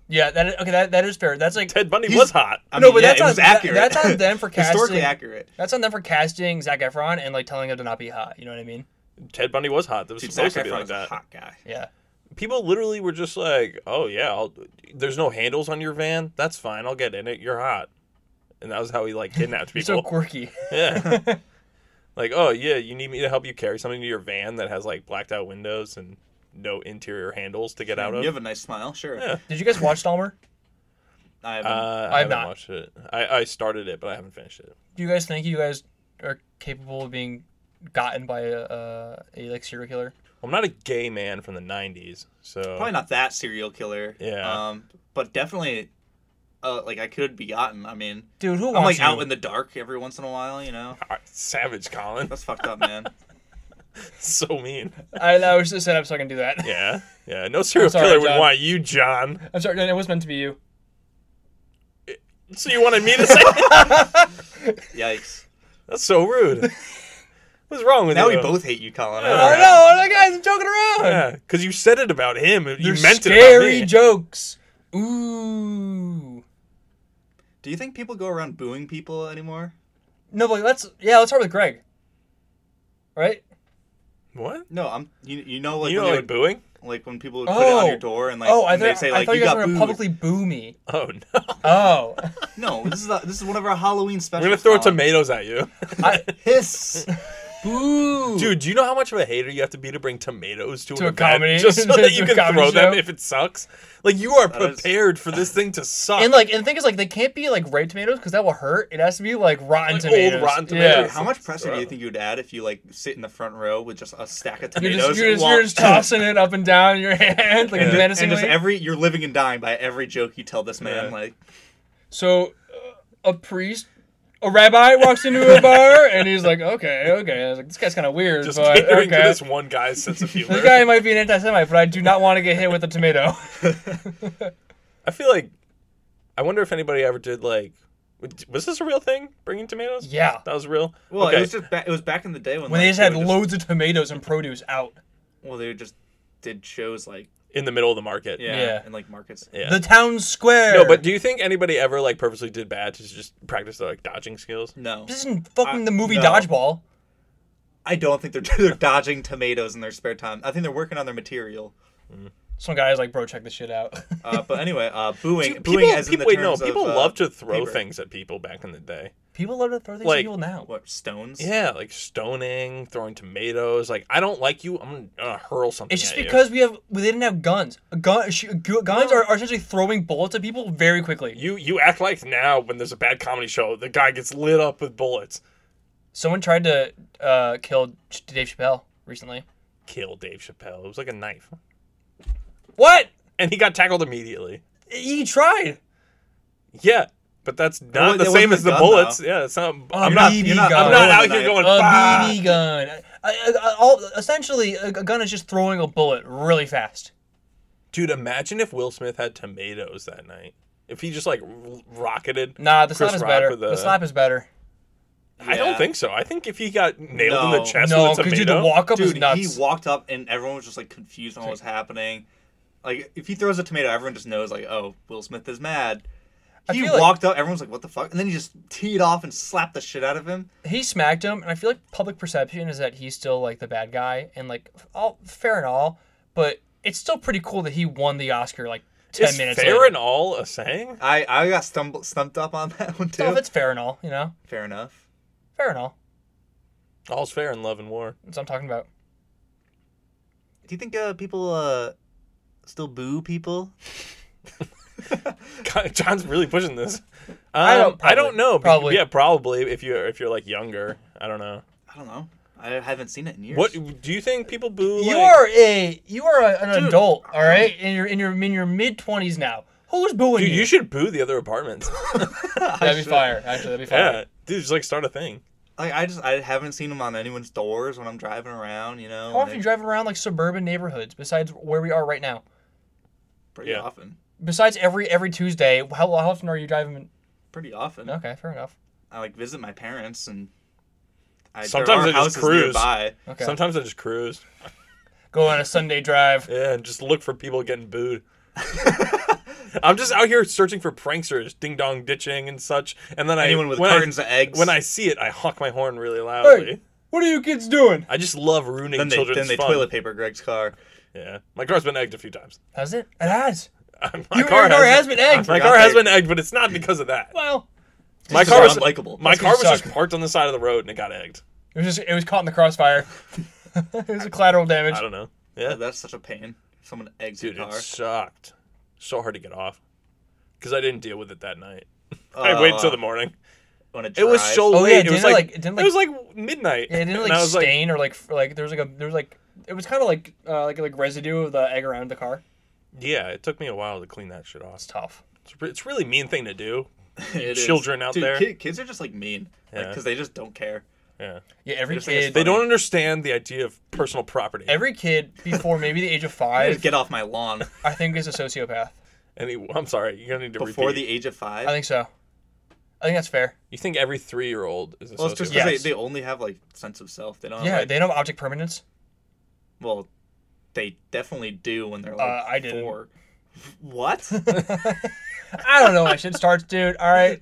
yeah, that is, okay, that, that is fair. That's like Ted Bundy He's- was hot. I No, mean, but yeah, that's it on- was that- accurate. that's on them for casting. Historically accurate. that's on them for casting Zach Efron and like telling him to not be hot. You know what I mean? Ted Bundy was hot. That was Dude, Zac supposed to be Efron like is a that. hot guy. Yeah. People literally were just like, "Oh yeah, I'll, there's no handles on your van. That's fine. I'll get in it. You're hot." And that was how he like kidnapped He's so people. quirky. yeah. like, oh yeah, you need me to help you carry something to your van that has like blacked out windows and no interior handles to get out of. You have a nice smile, sure. Yeah. Did you guys watch Dahmer? I haven't. Uh, I've I haven't not. watched it. I, I started it, but I haven't finished it. Do you guys think you guys are capable of being gotten by a, a, a like serial killer? I'm not a gay man from the '90s, so Oh. Probably not that serial killer. Yeah. Um, but definitely, uh, like I could be gotten. I mean, Dude, who I'm wants like you? out in the dark every once in a while. You know, Ah, savage, Colin. that's fucked up, man. so mean. I, I was just set up so I can do that. Yeah, yeah. No serial sorry, killer would John. want you, John. I'm sorry, it was meant to be you. So you wanted me to say Yikes. that's so rude. What's wrong with Now you? we both hate you, Colin. I Yeah. Oh don't know. no, the guys, I'm joking around. Yeah, because you said it about him. You They're meant scary it about me. jokes. Ooh. Do you think people go around booing people anymore? No, but let's yeah, let's start with Greg. Right? what? No, I'm. You, you know, like you when know, they like would, booing? like when people would put it on Oh. your door and like oh, I and thought, they'd say I like thought you guys were got gonna booed. publicly boo me. Oh no! Oh, No, this is a, this is one of our Halloween I'm specials. gonna throw Colin. tomatoes at you, I, Hiss. boo! dude. Do you know how much of a hater you have to be to bring tomatoes to, To an a event comedy- just so to that you a can comedy throw them show? if it sucks? Like you are That is- prepared for this thing to suck. And like, and the thing is, like, they can't be like red tomatoes because that will hurt. It has to be like rotten Like old tomatoes. rotten Yeah. tomatoes. How much pressure do you Right. think you would add if you like sit in the front row with just a stack of You're tomatoes? just, you're, just, while- you're just tossing it up and down in your hand like Yeah. a and menacingly. just every you're living and dying by every joke you tell this man. Yeah. Like so, uh, a priest, a rabbi walks into a bar and he's like, "Okay, okay." I was like, "This guy's kind of weird, just but okay." catering to this one guy's sense of humor. This guy might be an anti-Semite, but I do not want to get hit with a tomato. I feel like I wonder if anybody ever did like was this a real thing bringing tomatoes? yeah. That was real. Well, Okay. it was just ba- it was back in the day when When like, they just had would loads of tomatoes and produce out. well they just did shows like in the middle of the market. yeah, Yeah. in like markets. Yeah. The town square. no, but do you think anybody ever like purposely did bad to just practice their like dodging skills? No, this isn't fucking I- the movie no. Dodgeball. I don't think they're they're dodging tomatoes in their spare time. I think they're working on their material. Some guy's like, "Bro, check this shit out." Uh, but anyway, uh, booing Dude, booing as in the wait, no, terms people of, uh, love to throw paper. things at people back in the day. people love to throw things Like, at people now. what stones. Yeah, like stoning, throwing tomatoes. Like I don't like you. I'm gonna hurl something. It's just at you. because we have we didn't have guns. A gun, sh- gu- guns are, are essentially throwing bullets at people very quickly. you you act like now when there's a bad comedy show, the guy gets lit up with bullets. Someone tried to uh, kill Ch- Dave Chappelle recently. Kill Dave Chappelle. It was like a knife, What? and he got tackled immediately. He tried. Yeah, but that's not wa- the that same wasn't as a the gun, bullets. though. Yeah, it's not. A I'm not. BB you're not- gun. I'm not out Throwing here a going. a "Bah!" BB gun. I, I, I- all, essentially, a, a gun is just throwing a bullet really fast. Dude, imagine if Will Smith had tomatoes that night. If he just like r- rocketed. Nah, the slap Chris is Rock better. with a- The slap is better. I don't Yeah. think so. I think if he got nailed in No. the chest no, with a because dude, tomato, the walk up is Dude, nuts. he walked up and everyone was just like confused on what was happening. Like if he throws a tomato, everyone just knows like, oh, Will Smith is mad. He feel like- walked up, everyone's like, what the fuck? And then he just teed off and slapped the shit out of him. he smacked him, and I feel like public perception is that he's still like the bad guy, and like all fair and all, but it's still pretty cool that he won the Oscar like ten is minutes. fair later. and all a saying? I, I got stumbled stumped up on that one too. Some of it's fair and all, you know, Fair enough. fair and all. All's fair in love and war. That's what I'm talking about. Do you think uh, people uh, still boo people? God, John's really pushing this. Um, I I don't- probably. don't. know. but Probably. Yeah, probably. If you are if you're like younger, I don't know. I don't know. I haven't seen it in years. What do you think people boo? You like- are a you are a, an Dude. adult, all right, and you're in your in your mid twenties now. Who's booing dude. you? You should boo the other apartments. I That'd be should- fire. Actually, that'd be fire. yeah, dude, just like start a thing. Like I just I haven't seen them on anyone's doors when I'm driving around. You know, How and often are you they- driving around like suburban neighborhoods besides where we are right now? pretty Yeah. often. Besides every every Tuesday, how, how often are you driving? Pretty often. Okay, fair enough. I like visit my parents and. I, there Sometimes are I just houses cruise. Nearby. Okay, Sometimes I just cruise. go on a Sunday drive. Yeah, and just look for people getting booed. I'm just out here searching for pranksters, ding dong ditching and such. And then Anyone I with when cartons I, of eggs. when I see it, I honk my horn really loudly. what are you kids doing? I just love ruining then they children's then they fun. toilet paper Greg's car. Yeah, my car's been egged a few times. Has it? It has. my Your- your car has been egged. My Forgot car has that. been egged, but it's not because of that. Well, My Just car was sounds likable. My That's car was gonna just suck. parked on the side of the road and it got egged. it was just it was caught in the crossfire. it was a collateral damage. I don't know. Oh, Yeah, that's such a pain. Someone eggs dude, your it car. sucked. So hard to get off because I didn't deal with it that night. Uh, I waited till the morning. When It was dries. so Oh, yeah, late. it didn't was it, like, like- it, didn't, was like midnight. Yeah, it didn't and like I was like, stain or like f- like there was like a there was like it was kind of like uh, like like residue of the egg around the car. yeah, it took me a while to clean that shit off. It's tough. It's, re- it's a really mean thing to do. It is. children out Dude, there. ki- kids are just like mean, because Yeah. they just don't care. Yeah, Yeah, every just think it's kid they don't understand the idea of personal property. every kid before maybe the age of Just five, get off my lawn I think is a sociopath. Any, I'm sorry, you're gonna need to before repeat. the age of five. I think so. I think that's fair. You think every three year old is a well, it's just sociopath? because Yes. they, they only have like sense of self. They don't. yeah, Have, like, they don't have object permanence. well, they definitely do when they're like Uh, I didn't. 4 What? I don't know. when My shit starts, dude. All right,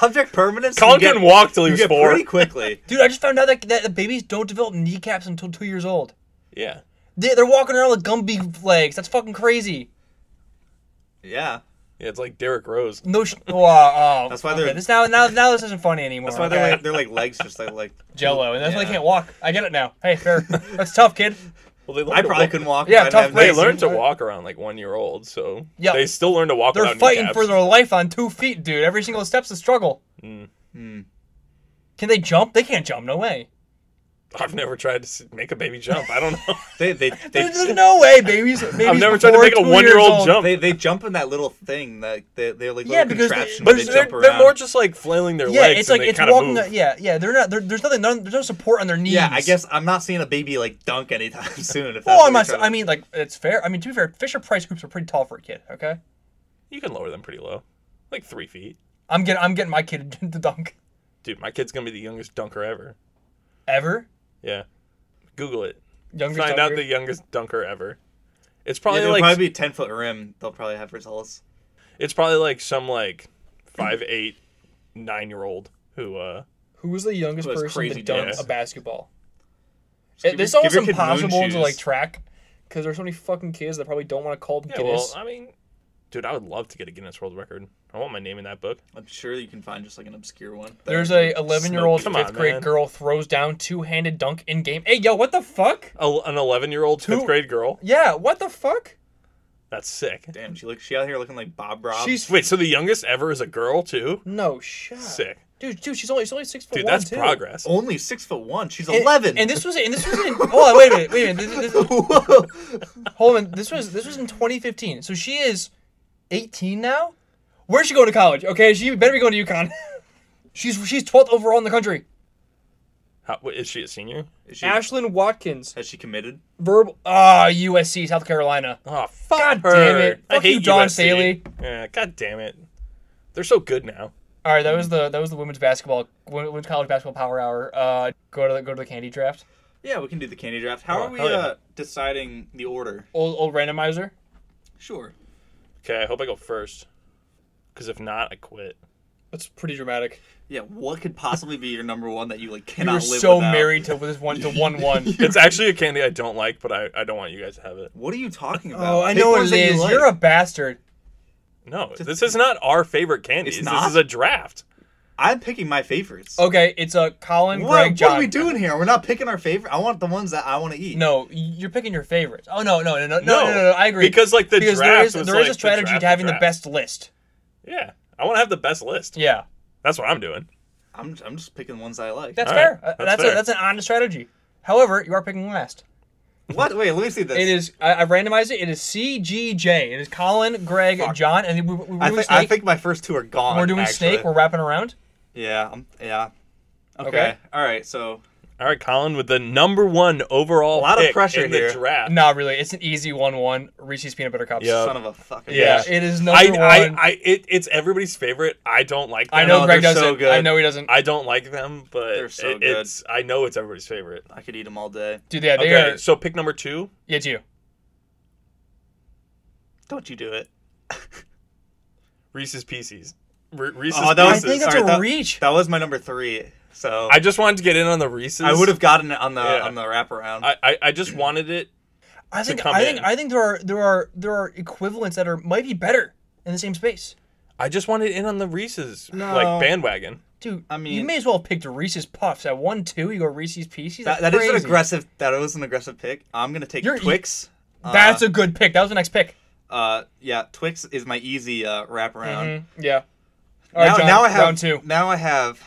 Object permanence. Colin you get, couldn't walk till he you was get four. pretty quickly. dude. I just found out that that the babies don't develop kneecaps until two years old. Yeah. They, they're walking around with Gumby legs. That's fucking crazy. Yeah, Yeah, it's like Derek Rose. No. Sh- oh, oh, That's why okay, they're- This now now now this isn't funny anymore. that's why okay? they're like they're like legs just like like. Jello, and that's why they Yeah. can't walk. I get it now. Hey, fair. That's tough, kid. Well, they learn I to probably walk- couldn't walk. if Yeah, I didn't tough have They legs. legs. learned to walk around like one year old, so Yeah. they still learn to walk They're without fighting kneecaps. Hmm. for their life on two feet, dude. Every single step's a struggle. Can they jump? They can't jump. No way. I've never tried to s- make a baby jump. I don't know. They they There's, they. no way, babies. babies I've never tried to before make a two years one-year-old old- jump. They, they jump in that little thing that they, they're like Yeah, little because they- contraption but where they they're, jump they're around. more just like flailing their Yeah, legs. it's like and they it's kinda walking. Move. the- yeah, yeah. They're not. there- there's nothing. None, there's no support on their knees. Yeah, I guess I'm not seeing a baby like dunk anytime soon. If that's Well, what I'm not. you're trying I mean, like it's fair. I mean, to be fair, Fisher Price hoops are pretty tall for a kid. Okay, You can lower them pretty low, like three feet. I'm getting. I'm getting my kid to dunk Dude, my kid's gonna be the youngest dunker ever. ever. Yeah, Google it. Younger. Find out dunker. the youngest dunker ever. to- It's Yeah, probably it'll like probably be ten foot rim. They'll probably have results. it's probably like some like five, eight, nine year old who uh Who was the youngest Who has person to crazy dunk dunks. a basketball? Just give It- this is your- almost give your kid moon impossible shoes. to like track because there's so many fucking kids that probably don't want to call them Yeah, well, Guinness. I mean, dude, I would love to get a Guinness World Record. I want my name in that book. I'm sure you can find just like an obscure one. There's That- a 11 year old Come fifth on, grade man. girl throws down two handed dunk in game. Hey yo, what the fuck? A, an 11 year old fifth grade girl. Yeah, what the fuck? That's sick. Damn, she looks. She out here looking like Bob Rob. She's Wait, so the youngest ever is a girl too? no shit. Sick, Dude, dude, she's only she's only six foot dude. one. That's too. progress. only six foot one. She's And- eleven. And this was and this was in hold on, wait a minute, wait a minute. This, this, Whoa. hold on, this was this was in 2015. So she is 18 now. Where's she going to college? Okay, she better be going to UConn. she's she's 12th overall in the country. How, wait, is she a senior? Is she, Ashlyn Watkins, has she committed? verbal ah USC South Carolina. Oh fuck God her. damn it. I Fuck hate you, John USC. Staley. Yeah, god damn it. They're so good now. All right, that was the that was the women's basketball wo- women's college basketball power hour. Uh, go to the, go to the candy draft. Yeah, we can do the candy draft. How Oh, are we hell yeah. uh, deciding the order? Old old randomizer. Sure. Okay, I hope I go first. Because if not, I quit. That's pretty dramatic. Yeah. What could possibly be your number one that you like You cannot were live so without? married to this one to one one. It's actually a candy I don't like, but I, I don't want you guys to have it. What are you talking about? Oh, I Pick know ones it that you is. like. You're a bastard. No, this is not our favorite candies. It's This not? is a draft. I'm picking my favorites. Okay, it's a Colin, What, Oh, Greg, what John. are we doing here? We're not picking our favorite. I want the ones that I want to eat. No, you're picking your favorites. Oh no, no, no, no, no, no, no, no, I agree. Because like the Because draft there is was there like is a strategy draft, to having the draft. best list. Yeah, I want to have the best list. Yeah. That's what I'm doing. I'm, I'm just picking the ones I like. That's All fair. right. Uh, That's That's that's, fair. A, that's an honest strategy. However, you are picking last. what? Wait, let me see this. It is. I, I've randomized it. It is CGJ. It is Colin, Greg, John, and we, we, we're I, doing thi- snake. I think my first two are gone. we're doing actually. snake. We're wrapping around. Yeah. I'm, yeah. Okay. Okay. All right. So All right, Colin, with the number one overall A lot of pick pressure in here. the draft. No, really, it's an easy one-one. Reese's peanut butter cups. Yeah. son of a fucking. Yeah. bitch. It is I, number I, one. I, I, it, it's everybody's favorite. I don't like them. know No, Greg they're doesn't. so good. I know he doesn't. I don't like them, but They're so it- good. it's I know it's everybody's favorite. I could eat them all day. Dude, yeah, they Okay, are. so pick number two. Yeah, it's you. Don't you do it. Reese's Pieces. Re- Reese's Oh, that I was- Pieces. think that's sorry, a that- reach. That was my number three. So I just wanted to get in on the Reese's. I would have gotten it on the Yeah. on the wraparound. I, I, I just wanted it. I think. come I think. in. I think there are there are there are equivalents that are might be better in the same space. I just wanted in on the Reese's No. like bandwagon. Dude, I you mean- may as well have picked Reese's Puffs at one two. You go Reese's Pieces. that That's that is an crazy. aggressive. That was an aggressive pick. I'm gonna take You're- e Twix. Uh, That's a good pick. That was the next pick. uh yeah. Twix is my easy uh, wraparound. Mm, yeah. All right, Now, John, now I have round two. now I have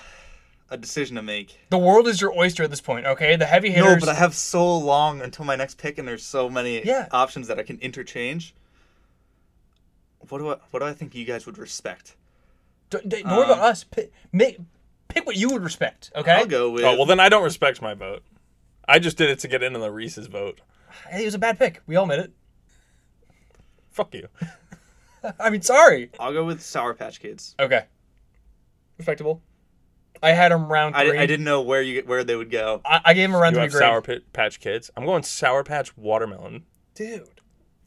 a decision to make. The world is your oyster at this point. Okay, the heavy No, hitters. but I have so long until my next pick, and there's so many Yeah. options that I can interchange. What do I what do I think you guys would respect? D- d- don't worry about us. Pick, make, pick what you would respect. Okay. uh, I'll go with. Oh well, then I don't respect my vote. I just did it to get in on the Reese's vote. Hey, It was a bad pick. We all admit it. Fuck you. I mean, sorry. I'll go with Sour Patch Kids. Okay. Respectable. I had him round I, three. I didn't know where you where they would go. I, I gave him a round You three have grade. Sour Pit- Patch Kids. I'm going Sour Patch Watermelon. Dude.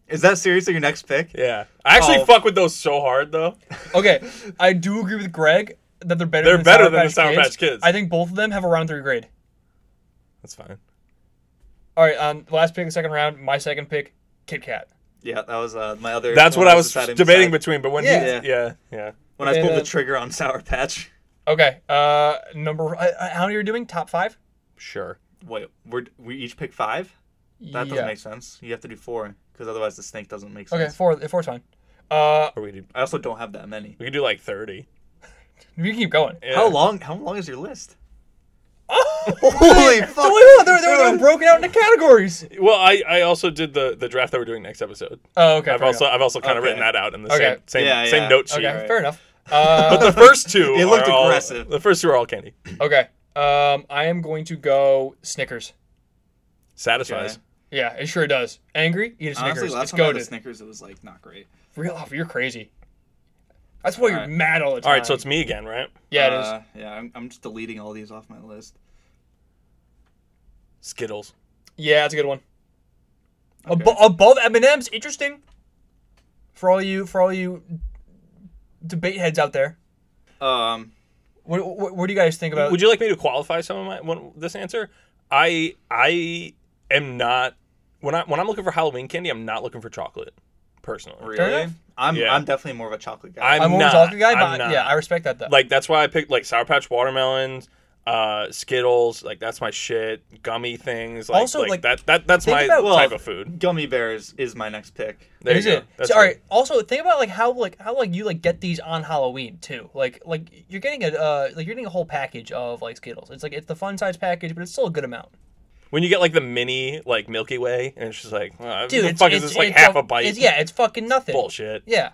Is that seriously your next pick? Yeah, I actually Oh. fuck with those so hard though. Okay, I do agree with Greg that they're better. They're than better Sour than the Patch Sour Kids. Patch Kids. I think both of them have a round three grade. That's fine. All right, um, last pick, of the second round, my second pick, Kit Kat. Yeah, that was uh, my other. That's one what I was deciding debating beside- between, but when Yeah. yeah. he, yeah, yeah, when I pulled And, the uh, trigger on Sour Patch. Okay, uh, number. Uh, uh, how many are you doing? Top five? sure. Wait, we're, we each pick five. That Yeah. doesn't make sense. You have to do four because otherwise the snake doesn't make sense. Okay, four. Four's fine. Uh, Or we do I also don't have that many. we could do like thirty. we can keep going. Yeah. How long? How long is your list? Oh, Holy fuck! so wait, hold on, they're, they're, they're broken out into categories. Well, I, I also did the, the draft that we're doing next episode. Oh, okay. I've fair also enough. I've also kind of Okay. written that out in the Okay. same same, Yeah, same yeah. note sheet. okay, right. fair enough. But Uh, the first two, It looked are all- aggressive. the first two are all candy. okay. Um, I am going to go Snickers. Satisfies. Okay. Yeah, it sure does. Angry, eat a Snickers. Honestly, last it's time I had goaded. a Snickers, it was like not great. Real off, you're crazy. That's why you're Alright. mad all the time. All right, so it's me again, right? yeah, it is. Uh, yeah, I'm, I'm just deleting all these off my list. Skittles. Yeah, that's a good one. Ab- Okay. above M and M's, interesting. For all you, for all you debate heads out there, Um, what, what, what do you guys think about? Would you like me to qualify some of my one, this answer? I I am not when I when I'm looking for Halloween candy, I'm not looking for chocolate, personally. really? enough. I'm Yeah. I'm definitely more of a chocolate guy. I'm, I'm more of a not. chocolate guy, but I'm not. yeah, I respect that though. Like that's why I picked like Sour Patch watermelons, uh, Skittles. Like that's my shit. Gummy things. Like, Also, like, like, that that that's think my about- type Well, of food. Gummy bears is my next pick. There Is you go. it? That's So, all it. right. Also, think about like how like how like you like get these on Halloween too. Like like you're getting a uh, like you're getting a whole package of like Skittles. It's like it's the fun size package, but it's still a good amount. When you get like the mini like Milky Way, and it's just like, uh, Dude, the it's, fuck it's, is this like it's half a, bite? It's, yeah, it's fucking nothing. bullshit. Yeah.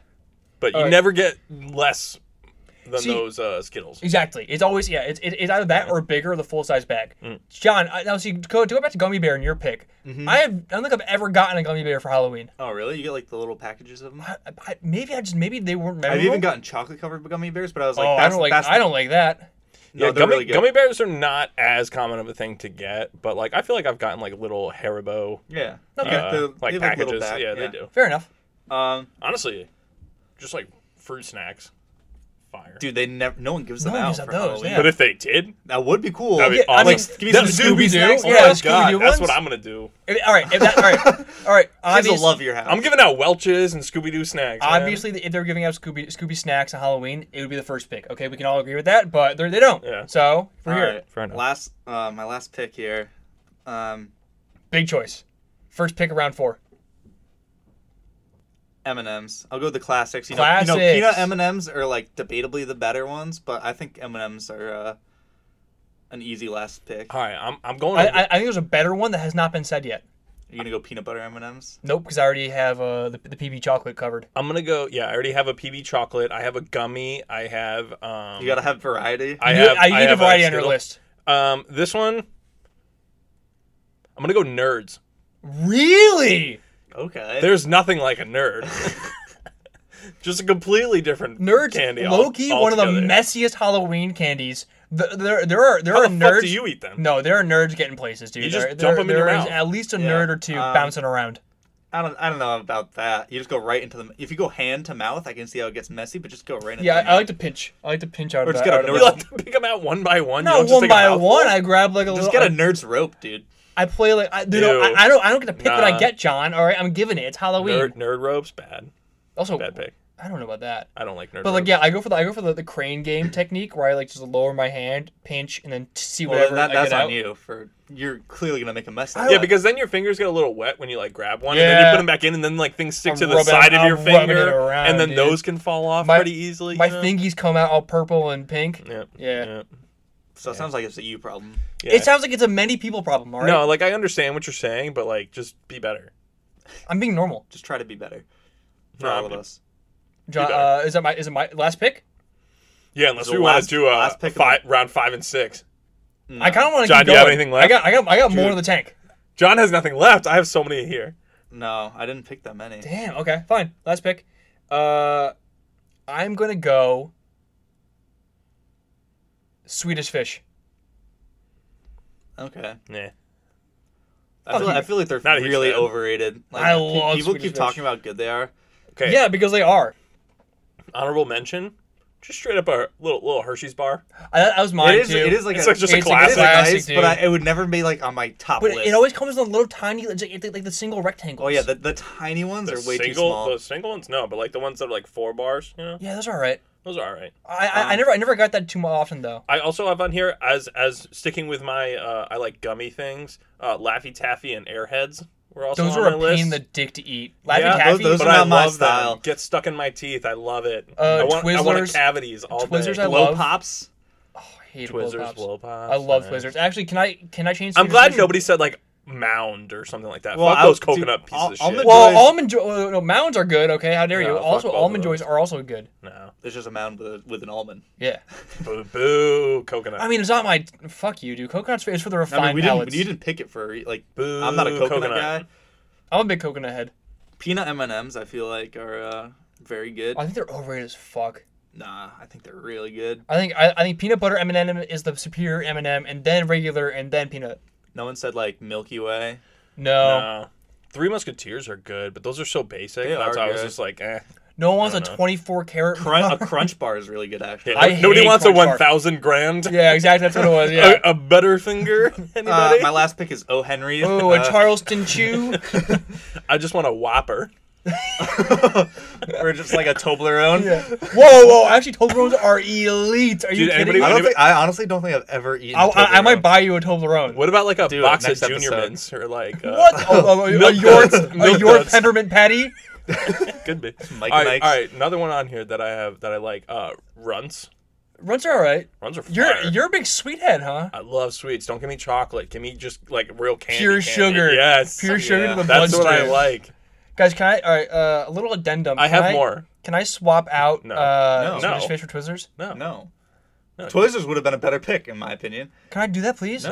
But you Alright. never get less than See- those uh, Skittles. Exactly. It's always yeah. It's it, it's either that or bigger, or the full size bag. Mm. John, I, now see to go, to go back to gummy bear and your pick. Mm-hmm. I have I don't think I've ever gotten a gummy bear for Halloween. Oh, really? You get like the little packages of them? I, I, maybe I just maybe they weren't. Memorable. I've even gotten chocolate covered gummy bears, but I was like, oh, that's, I don't like. that's I don't like that. No, yeah, they're gummy, really good. gummy bears are not as common of a thing to get, but like I feel like I've gotten like little Haribo yeah, Okay. You uh, get the- they like have, like, packages. little bag- yeah, they do. Fair enough. Um, Honestly, just like fruit snacks, fire. dude, they never. No one gives No them one out gives out for those, Halloween. yeah. But if they did, That would be cool. That'd be Yeah, I awesome. mean, Like, give me some the Scooby Scooby-Doo, Doo. yeah, Oh my Scooby-Doo. god, that's ones? what I'm gonna do. If- all right. If that, all right. All right. kids will obvious- love your house. I'm giving out Welch's and Scooby Doo snacks. man. Obviously, if they're giving out Scooby Scooby snacks on Halloween, it would be the first pick. Okay, we can all agree with that, but they're- they don't. Yeah. So we're All here. right, Fair enough. Last, uh, my last pick here. Um, Big choice. First pick of round four. M and M's. I'll go with the classics. You know, you know, Classics. peanut M and M's are like debatably the better ones, but I think M and M's are uh, an easy last pick. All right, I'm I'm going. I, with- I, I think there's a better one that has not been said yet. You're gonna go peanut butter M and M's. Nope, because I already have uh, the, the PB chocolate covered. I'm gonna go. Yeah, I already have a PB chocolate. I have a gummy. I have. Um, You gotta have variety. I You- have. I, you need have uh, a variety on your Skittle. list. Um, this one. I'm gonna go nerds. Really? okay. There's nothing like a nerd. Just a completely different Nerds, candy. all- low key, one of the altogether. messiest Halloween candies. Th there, there are there How are the nerds. fuck do you eat them? No, there are nerds getting places, dude. You just There- dump there- 'em in your there is mouth. At least a Yeah. nerd or two Um, bouncing around. I don't. I don't know about that. You just go right into the. If you go hand to mouth, I can see how it gets messy. But just go right into. Yeah, the I, I mouth. like to pinch. I like to pinch out Or of just that. get out a of nerd- the- You like to pick them out one by one. you no, don't just one take a by mouthful? one. I grab like a Just little. get a I- nerd's rope, dude. I play like I, dude, no, Ew. I, I don't. I don't get to pick what I Nah. get, John. All right, I'm giving it. It's Halloween. Nerd, nerd ropes, bad, also, bad pick. I don't know about that. I don't like nerd. But like, ropes. yeah, I go for the I go for the, the crane game technique where I like just lower my hand, pinch, and then t- see Well, whatever. that, I that's get on out. you. For you're clearly gonna make a mess. I out of Yeah, it. because then your fingers get a little wet when you like grab one, and then you Yeah. put them back in, and then like things stick I'm to the rubbing- side of I'm your rubbing it finger, around, and then dude. those can fall off My- pretty easily. My you know? fingies come out all purple and pink. Yeah. Yeah. yeah. so it sounds like it's a you problem. Yeah. It sounds like it's a many people problem. All right, No, like I understand what you're saying, but like just be better. I'm being normal. Just try to be better. For No, all I'm- of us. John, better. uh, is that my is it my last pick? Yeah, unless So we want last- to do uh, last pick of fi- round five and six. I kind of want to. John, keep do going. you have anything left? I got I got I got more Dude. in the tank. John has nothing left. I have so many here. No, I didn't pick that many. Damn. Okay. Fine. Last pick. Uh, I'm gonna go Swedish fish. Okay. Yeah. I feel, you. I feel like they're Not a huge really fan. overrated. Like, I pe- love people Swedish keep fish. talking about how good they are. Okay. Yeah, because they are. Honorable mention. Just straight up a little little Hershey's bar. I, that was mine it is. too. It is like It's a, like just a It's it is classic. a nice, dude. but I, it would never be like on my top but list. it always comes in a little tiny, it's like, it's like the single rectangles. oh yeah, the, the tiny ones The are way single, too small. the single ones, no, but like the ones that are like four bars, you know, yeah, that's all right. those are all right. I, I, I Um, never I never got that too often though. I also have on here as as sticking with my uh, I like gummy things, uh, Laffy Taffy and Airheads were also Those on were a my pain list. in the dick to eat. Laffy Yeah, Taffy, those- but are I not my love them. style. Get stuck in my teeth. I love it. Uh, I want, I want Twizzlers- cavities all Twizzlers day. I blow love- pops. Oh, I hate blow Twizzlers, pops. blow pops. I love yeah. Twizzlers. Actually, can I can I change? I'm Swedish glad fish? nobody said like mound or something like that. Well, Fuck I- those dude, coconut pieces al- of almond joy- shit. Well, Joys. almond jo- oh, no mounds are good. Okay, how dare No, you? fuck Also, both of almond those. joys are also good. no, There's just a mound with, with an almond. Yeah. boo, boo, coconut. I mean, it's not my fuck you, dude. Coconuts is for the I refined mean, we didn't, palates. you didn't pick it for a re- like. Boo, I'm not a coconut, guy. I'm a big coconut head. Peanut M and M's, I feel like are uh, very good. I think they're overrated as fuck. Nah, I think they're really good. I think I, I think peanut butter M and m is the superior M and m and then regular, and then peanut. No one said like Milky Way. No, No. Three Musketeers are good, but those are so basic. They That's are why I was good. just like, eh. no, one wants a don't know. 24 karat. Crunch, a Crunch Bar is really good actually. Yeah, I no- nobody hate wants a Crunch Bar. one thousand grand. yeah, exactly. That's what it was. Yeah. A, a better finger. Uh, Anybody? my last pick is O Henry. Oh, a Uh, Charleston Chew. I just want a Whopper. or just like a Toblerone. yeah. Whoa, whoa! Actually, Toblerones are elite. Are you Dude, kidding? anybody- me? I I, don't think I honestly don't think I've ever eaten. I, I might Toblerone. buy you a Toblerone. What about like a Dude, box of next Junior episode. Mints or like uh, What? Oh, oh, a Milk York, duds. a Milk York duds. peppermint patty. Could be. Mike all, right, Nikes. all right, another one on here that I have that I like. Uh, runts. Runs are all right. Runs are You're fire. you're a big sweet head, huh? I love sweets. Don't give me chocolate. Give me just like real candy. Pure candy. sugar. Yes. Pure sugar to the That's what I bloodstream. like. Guys, can I? All right, uh, a little addendum. I Can have more. Can I swap out No. uh, No. Swedish No. fish for Twizzlers? No. No. No. Twizzlers would have been a better pick, in my opinion. Can I do that, please?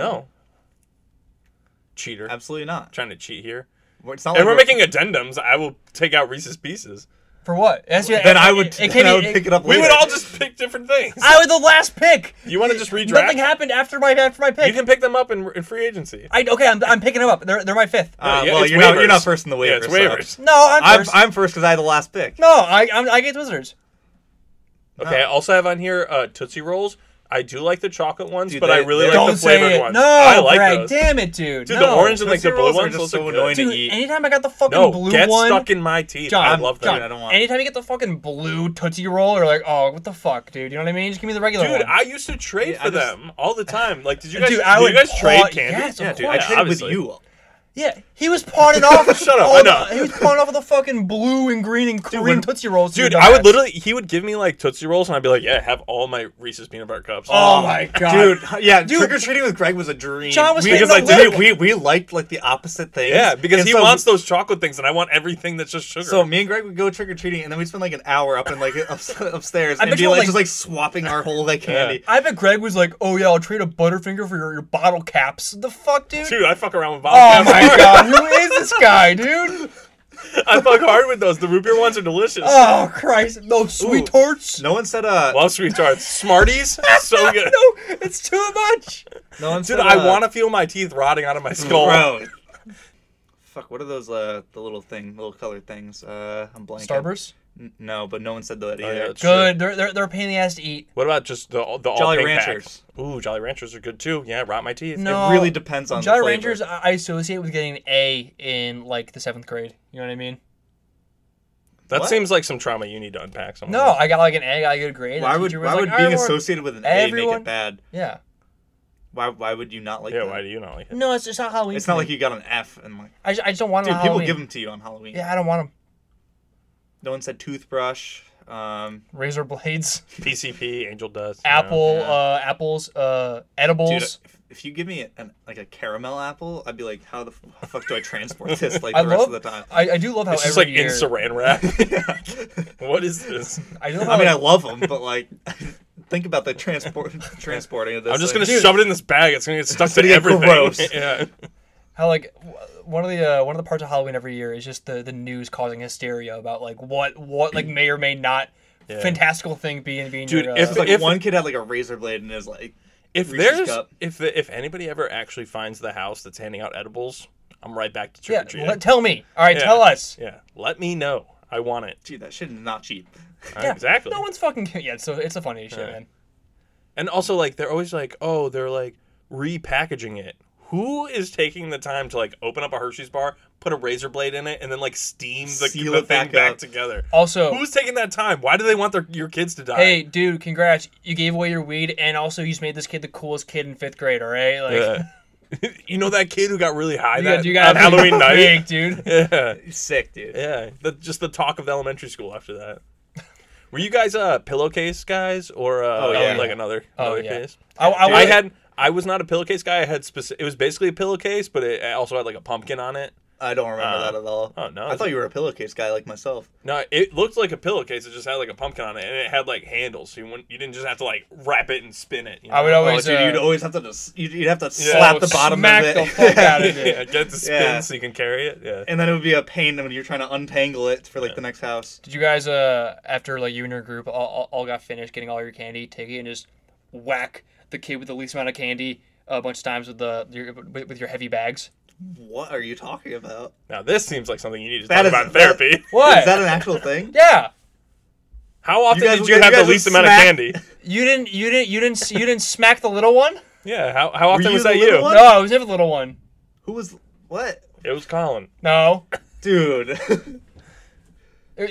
Cheater. Absolutely not. trying to cheat here. It's not If like we're making addendums, I will take out Reese's pieces. For what? That's- Then I would. It, it then can't I be- would pick it up. We would later. all just pick different things. I was the last pick. You want to just redraft? Nothing happened after my after my pick. You can pick them up in, in free agency. I okay. I'm, I'm picking them up. They're, they're my fifth. Uh, Yeah, well, it's you're not, you're waivers. not first in the yeah, waiver. it's So. waivers. no, I'm I'm, first. I'm first because I had the last pick. no, I I'm, I get Twizzlers. Okay, I also have on here uh, Tootsie Rolls. I do like the chocolate ones, Dude, but they- I really they- like Don't the flavored say it. ones. No, I like Greg. those. Damn it, dude. Dude, no. the orange and like Tootsie the blue Rolls are ones just those are so good. annoying to Dude, eat. anytime I got the fucking No, blue get one, stuck in my teeth. John, I love John, that. I don't want- anytime you get the fucking blue Tootsie Roll, you're like, oh, what the fuck, dude? You know what I mean? Just give me the regular Dude, one. I used to trade Yeah, I for just- them all the time. Like, did you guys? Dude, Dude, I did would you guys trade paw- candy? yes, of Yeah, dude, I course. traded with Obviously. you Yeah, he was pawning off. Shut up, all I the- know. he was pawning off all the fucking blue and green and green when- Tootsie Rolls. to Dude, the I would dumbass. literally, he would give me like Tootsie Rolls and I'd be like, yeah, have all my Reese's peanut butter cups. Oh my god, Dude, yeah, Dude. trick or treating with Greg was a dream. John was we, hitting because the like we, lip. we we liked like the opposite things. Yeah, because And he so- wants those chocolate things and I want everything that's just sugar. So me and Greg would go trick or treating, and then we'd spend like an hour up in like ups, upstairs I and bet be you like, all, like- just like swapping our whole like candy. I bet Greg was like, "Oh yeah, I'll trade a Butterfinger for your, your bottle caps." The fuck, dude. Dude, I fuck around with Oh my Bobcat. god, who is this guy, dude? I fuck hard with those. The root beer ones are delicious. Oh Christ, no sweet Ooh. tarts. No one said uh. Love sweet tarts. Smarties, so good. no, it's too much. no one Dude, said. uh, I want to feel my teeth rotting out of my skull. Bro. Fuck. What are those? Uh, the little thing, little colored things. Uh, I'm blanking. Starburst. N- no, but no one said that Oh, yeah, either. that's- Good. They're, they're they're a pain in the ass to eat. What about just the the all Jolly pink Ranchers. Packs? Ooh, Jolly Ranchers are good too. Yeah, rot my teeth. No. It really depends on. Jolly the flavor. Rangers, I I associate with getting an A in like the seventh grade. You know what I mean? Mm-hmm. that What? seems like some trauma you need to unpack. Somewhere. No, I got like an A. I got a good grade. The Why would teacher was why like, would "All being right, we're-" associated with an A make everyone- it bad? Yeah. Why why would you not like yeah, that? why do you not like it? No, it's just not Halloween. It's for not me. like you got an F and like I just, I just don't want dude, them. people on Halloween. give them to you on Halloween. Yeah, I don't want them. No one said toothbrush. Um, Razor blades, PCP, Angel Dust, you know. apple, yeah. uh, apples, uh, edibles. dude, if, if you give me an, like a caramel apple, I'd be like, how the f- fuck do I transport this like the I rest love. of the time? I, I do love how It's just every like year. in saran wrap. Yeah. what is this? I do love how I mean, I like, love them, but like, think about the transport transporting of this. I'm just thing. gonna shove it in this bag. It's gonna get stuck to gonna get everything. gross. yeah. how like w- one of the uh, one of the parts of Halloween every year is just the the news causing hysteria about like what what like may or may not fantastical thing being being Dude, your, uh, if- It's like if- one kid had like a razor blade in his like. If Reese's there's Cup. if the, if anybody ever actually finds the house that's handing out edibles, I'm right back to trick yeah or treating. let- tell me all right Yeah. tell us yeah, let me know. I want it. Dude, that shit is not cheap. Yeah, Exactly. no one's fucking yeah so it's a funny shit man And also, like, they're always like, oh, they're like repackaging it. Who is taking the time to like open up a Hershey's bar, put a razor blade in it, and then like steam the, Seal the it thing back back, up. together? also Who's taking that time? Why do they want their your kids to die? Oh. hey dude congrats you gave away your weed and also you just made this kid the coolest kid in fifth grade all right like Yeah. you know that kid who got really high you, that, got, you got on Halloween night? big, dude Yeah, Sick, dude. yeah. The, just the talk of elementary school after that. Were you guys uh pillowcase guys or uh, Oh, yeah. like another Oh, another yeah. case? I, I, I was- had I was not a pillowcase guy. I had specific. It was basically a pillowcase, but it also had like a pumpkin on it. I don't remember Uh, that at all. oh, no. I thought you were a pillowcase guy like myself. No, it looked like a pillowcase. It just had like a pumpkin on it, and it had like handles. So you wouldn't, you didn't just have to like wrap it and spin it. You know? I would always Oh, dude, uh, you'd always have to just, you'd, you'd have to Yeah. slap Oh, the bottom smack of it, the fuck out of it yeah, get the spin Yeah. so you can carry it. Yeah. and then it would be a pain when you're trying to untangle it for like the next house. Did you guys, uh, after like you and your group all, all, all got finished getting all your candy, take it and just whack the kid with the least amount of candy a bunch of times with the your, with, with your heavy bags? What are you talking about? Now this seems like something you need to That talk is- about in that- therapy. What? Is that an actual thing? yeah, How often guys did would- you you have guys the would least amount of smack- candy? you didn't, you didn't, you didn't, you didn't smack the little one. Yeah. How how often you was the that little you? one? No, I was never the little one. Who was what? It was Colin. No, Dude, did It-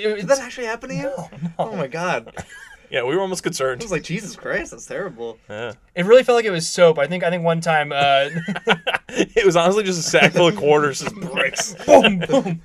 it- it's- that actually happen to you? Oh my god, I Yeah, we were almost concerned. was like Jesus Christ, that's terrible. Yeah. it really felt like it was soap. I think, I think one time, uh, it was honestly just a sack full of quarters, just bricks, boom, boom.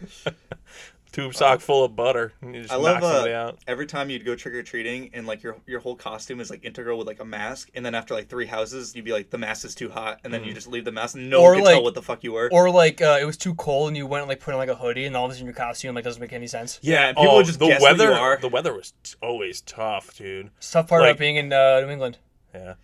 tube sock full of butter, and you just I knock love somebody uh, out. every time you'd go trick or treating and like your your whole costume is like integral with like a mask, and then after like three houses, you'd be like the mask is too hot, and then you just leave the mask, and no Or, one could like- tell what the fuck you were. Or like uh, it was too cold and you went and like put on like a hoodie and all of a sudden your costume like doesn't make any sense. Yeah, and people would just oh, the guess what you weather. are. The weather was t- always tough, dude. It's the tough part Like- about being in uh, New England. Yeah.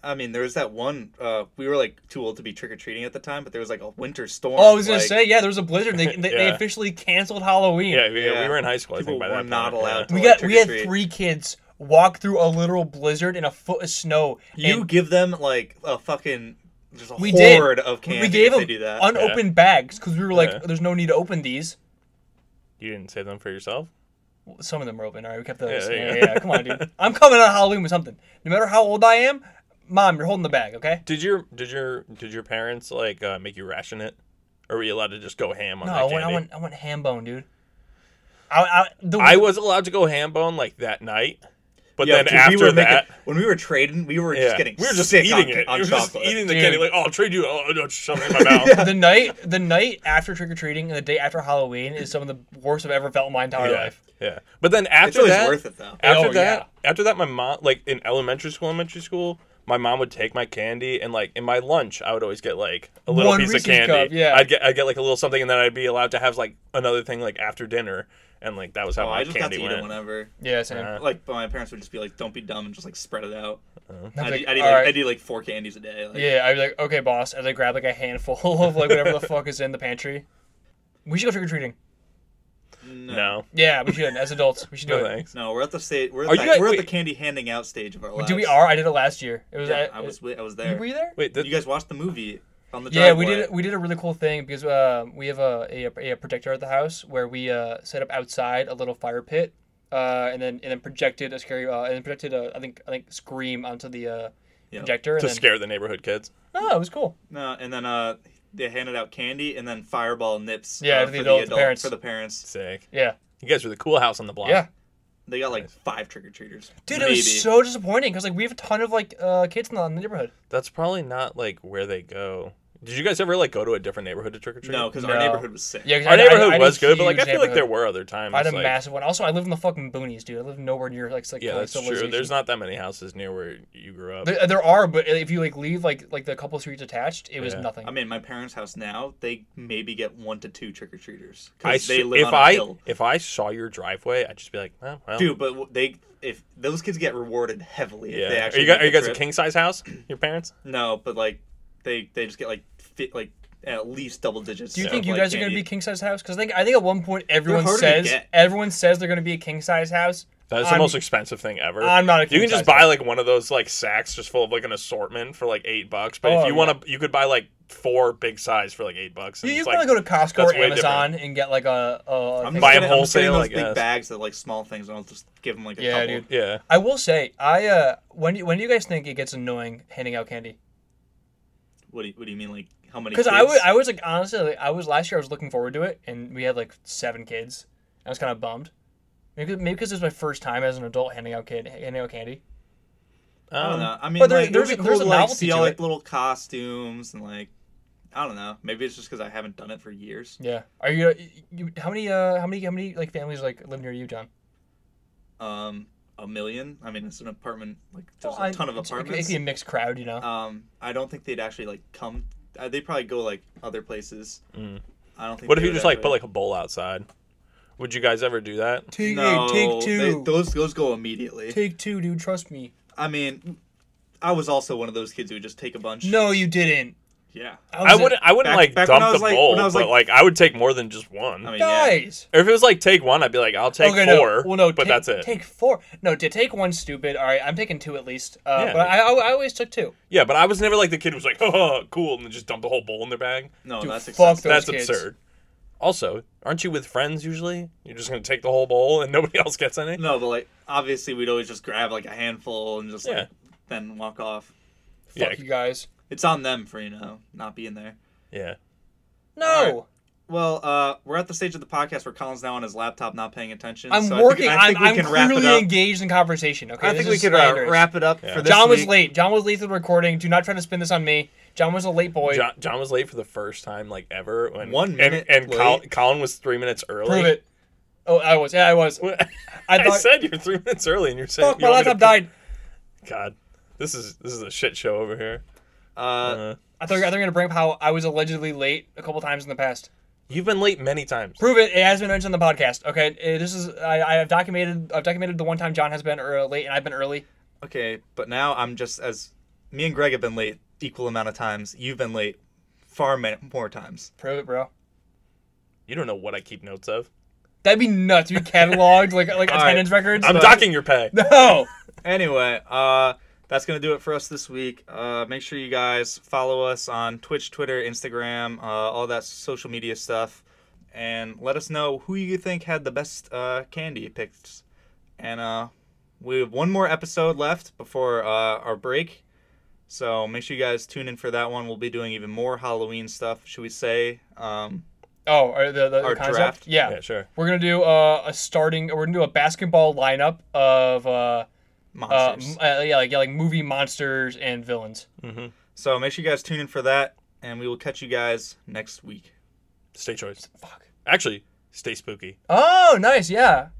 I mean, there was that one. Uh, we were like too old to be trick or treating at the time, but there was like a winter storm. Oh, I was gonna like, say, yeah, there was a blizzard. They they, they Yeah. officially canceled Halloween. Yeah, we, Yeah. we were in high school. I People think by were that not point, allowed yeah. to- we like, got we had trick-or-treat. three kids walk through a literal blizzard in a foot of snow. You and give them like a fucking there's a we did. horde of candy. we gave if them they do that. unopened bags because we were like, Yeah. "There's no need to open these." You didn't save them for yourself. Well, Some of them were open. All right, we kept those. there you Yeah, yeah, go. yeah, come on, dude. I'm coming on Halloween with something. No matter how old I am, mom, you're holding the bag, okay? Did your did your did your parents like uh, make you ration it, or were you allowed to just go ham on No, that I candy? went, I went, I went ham bone, dude. I, I, the, I was allowed to go ham bone like that night, But Yeah, then 'cause we after were making- that, when we were trading, we were yeah, just getting we were just sick eating on, it. on we were just chocolate. eating the Dude. candy. Like, oh, I'll trade you. Oh, no, just shove it in my mouth. the night the night after trick or treating and the day after Halloween is some of the worst I've ever felt in my entire yeah. life. yeah. But then It's after always that, worth it though. after Oh, that after that my mom like in elementary school elementary school my mom would take my candy and like in my lunch i would always get like a little One piece Reese's of candy cup, yeah. i'd get i'd get like a little something and then i'd be allowed to have like another thing like after dinner and like that was how Oh, my I just got candy to eat went it whenever. Yeah, same. Uh, Like my parents would just be like, "Don't be dumb," and just like spread it out. I I was do, like, I, do, "All like, I right." do like four candies a day. Like, Yeah, I was like, okay, boss. As I grab like a handful of like whatever the fuck is in the pantry. We should go trick or treating. no, no, no Yeah, we should. As adults, we should do no it. thanks we're at the state. We're at, Are you the, guys- we're at the wait. candy handing out stage of our lives. Do we are? I did it last year. It was. Yeah, at- I was. wi- I was you- there. Were you there? wait th- You guys watched the movie on the Yeah, we driveway. did. We did a really cool thing because uh, we have a, a a projector at the house where we uh, set up outside a little fire pit, uh, and then and then projected a scary uh, and then projected a, I think I think scream onto the uh, Yeah. projector. And to then, scare the neighborhood kids Oh, it was cool. No, and then uh, they handed out candy and then Fireball nips. Yeah, uh, to the adult- the parents. for the parents. sick Yeah, you guys were the cool house on the block yeah. They got like five trick or treaters. Dude, maybe. it was so disappointing because like we have a ton of like uh, kids in the, in the neighborhood. that's probably not like where they go did you guys ever like go to a different neighborhood to trick or treat no, because our No. neighborhood was sick. Yeah, 'cause our I- I- neighborhood I had a was good but like i huge feel like there neighborhood. were other times I had a like, massive one. Also, I live in the fucking boonies, dude. I live nowhere near like like yeah like, that's true civilization. there's not that many houses near where you grew up There, there are, but if you like leave like like the couple streets attached, it was Yeah. nothing. I mean, my parents' house now, they maybe get one to two trick or treaters I because they s- live if on a I hill. if I saw your driveway, I'd just be like, oh, well, Dude, but w- they if those kids get rewarded heavily if they yeah. Are actually you guys, make are you the guys a trip. king size house? Your parents? No, but like they they just get like fit like at least double digits. Do you of, think you like, guys are going to candy. be king size house? Because I think I think at one point everyone harder to says get. everyone says they're going to be a king size house. That's the I'm- most expensive thing ever. I'm not a You can king size just buy house. like one of those like sacks just full of like an assortment for like eight bucks. But Oh, if you yeah. want to, you could buy like four big size for like eight bucks. You, And you it's, can probably like, go to Costco that's or way Amazon and get like a. a I'm thing. just buy 'em gonna, I'm just getting wholesale, those I guess. big bags that like small things, and I'll just give them like a Yeah, couple. dude. yeah. I will say, I uh, when do, when do you guys think it gets annoying handing out candy? What do you, what do you mean like how many? Because I kids? was I was like honestly, like, I was last year I was looking forward to it, and we had like seven kids. I was kind of bummed. Maybe maybe because it was my first time as an adult handing out kid handing out candy. I don't Um, know. I mean, But there- like, there's there's, a- cool there's a to, like, novelty see to all it. like little costumes and like I don't know. Maybe it's just because I haven't done it for years. Yeah. Are you, you how many uh how many how many like families like live near you, John? Um, a million. I mean, it's an apartment. Like there's Well, I- a ton of it's- it could- It apartments. could be a mixed crowd, you know. Um, I don't think they'd actually like come. Uh, they probably go like other places. Mm. I don't think. what if they you would just like put actually- like a bowl outside? Would you guys ever do that? Take No, take they- two. those those go immediately. Take two, dude. Trust me. I mean, I was also one of those kids who would just take a bunch. No, you didn't. Yeah. was I in- wouldn't. I wouldn't Back- like back when I dump the was, like- bowl, when I was, but like I would take more than just one. I mean, yeah. guys. or if it was like take one, I'd be like, I'll take no. four. Well, no, but take, that's it. Take four. No, to take one, stupid. All right, I'm taking two at least. Uh, Yeah. But I, I, I always took two. Yeah, but I was never like the kid who was like, oh, cool, and then just dumped the whole bowl in their bag. No, Dude, that's fuck those excessive. That's kids. absurd. Also, aren't you with friends usually? You're just gonna take the whole bowl and nobody else gets any. No, but like obviously we'd always just grab like a handful and just like Yeah. then walk off. Yeah. Fuck you guys. It's on them for you know not being there. Yeah. No, All Well, uh, we're at the stage of the podcast where Colin's now on his laptop, not paying attention. I'm so working. I think, I I'm, think I'm we can wrap it clearly up. engaged in conversation. Okay, I This think we is could uh, slanderous. wrap it up Yeah. for this John was week. late. John was late to the recording. Do not try to spin this on me. John was a late boy. John, John was late for the first time like ever. When, One minute And, and Col- late? Colin was three minutes early. Prove it. Oh, I was. Yeah, I was. I, I thought. said you're three minutes early, and you're saying Fuck, you my want me to laptop died. put- God, this is this is a shit show over here. Uh, Uh, I thought, I thought you were going to bring up how I was allegedly late a couple times in the past. you've been late many times. Prove it. It has been mentioned on the podcast. Okay, Uh, this is I, I have documented. I've documented the one time John has been uh, late and I've been early. okay, but now I'm just as me and Greg have been late equal amount of times. You've been late far ma- more times. Prove it, bro. You don't know what I keep notes of. That'd be nuts. We cataloged like like All right. attendance records. I'm So- docking your pay. no. Anyway, uh, that's gonna do it for us this week. Uh, make sure you guys follow us on Twitch, Twitter, Instagram, uh, all that social media stuff, and let us know who you think had the best uh, candy picks. And uh, we have one more episode left before uh, our break, so make sure you guys tune in for that one. We'll be doing even more Halloween stuff, should we say? Um, Oh, or the, the, the Our concept. draft? Yeah. Yeah, sure. We're gonna do uh, a starting. We're gonna do a basketball lineup of uh, Uh, m- monsters. uh, yeah, like yeah, like movie monsters and villains. Mm-hmm. so make sure you guys tune in for that, and we will catch you guys next week. Stay choice. Fuck. Actually, stay spooky. Oh, nice. Yeah.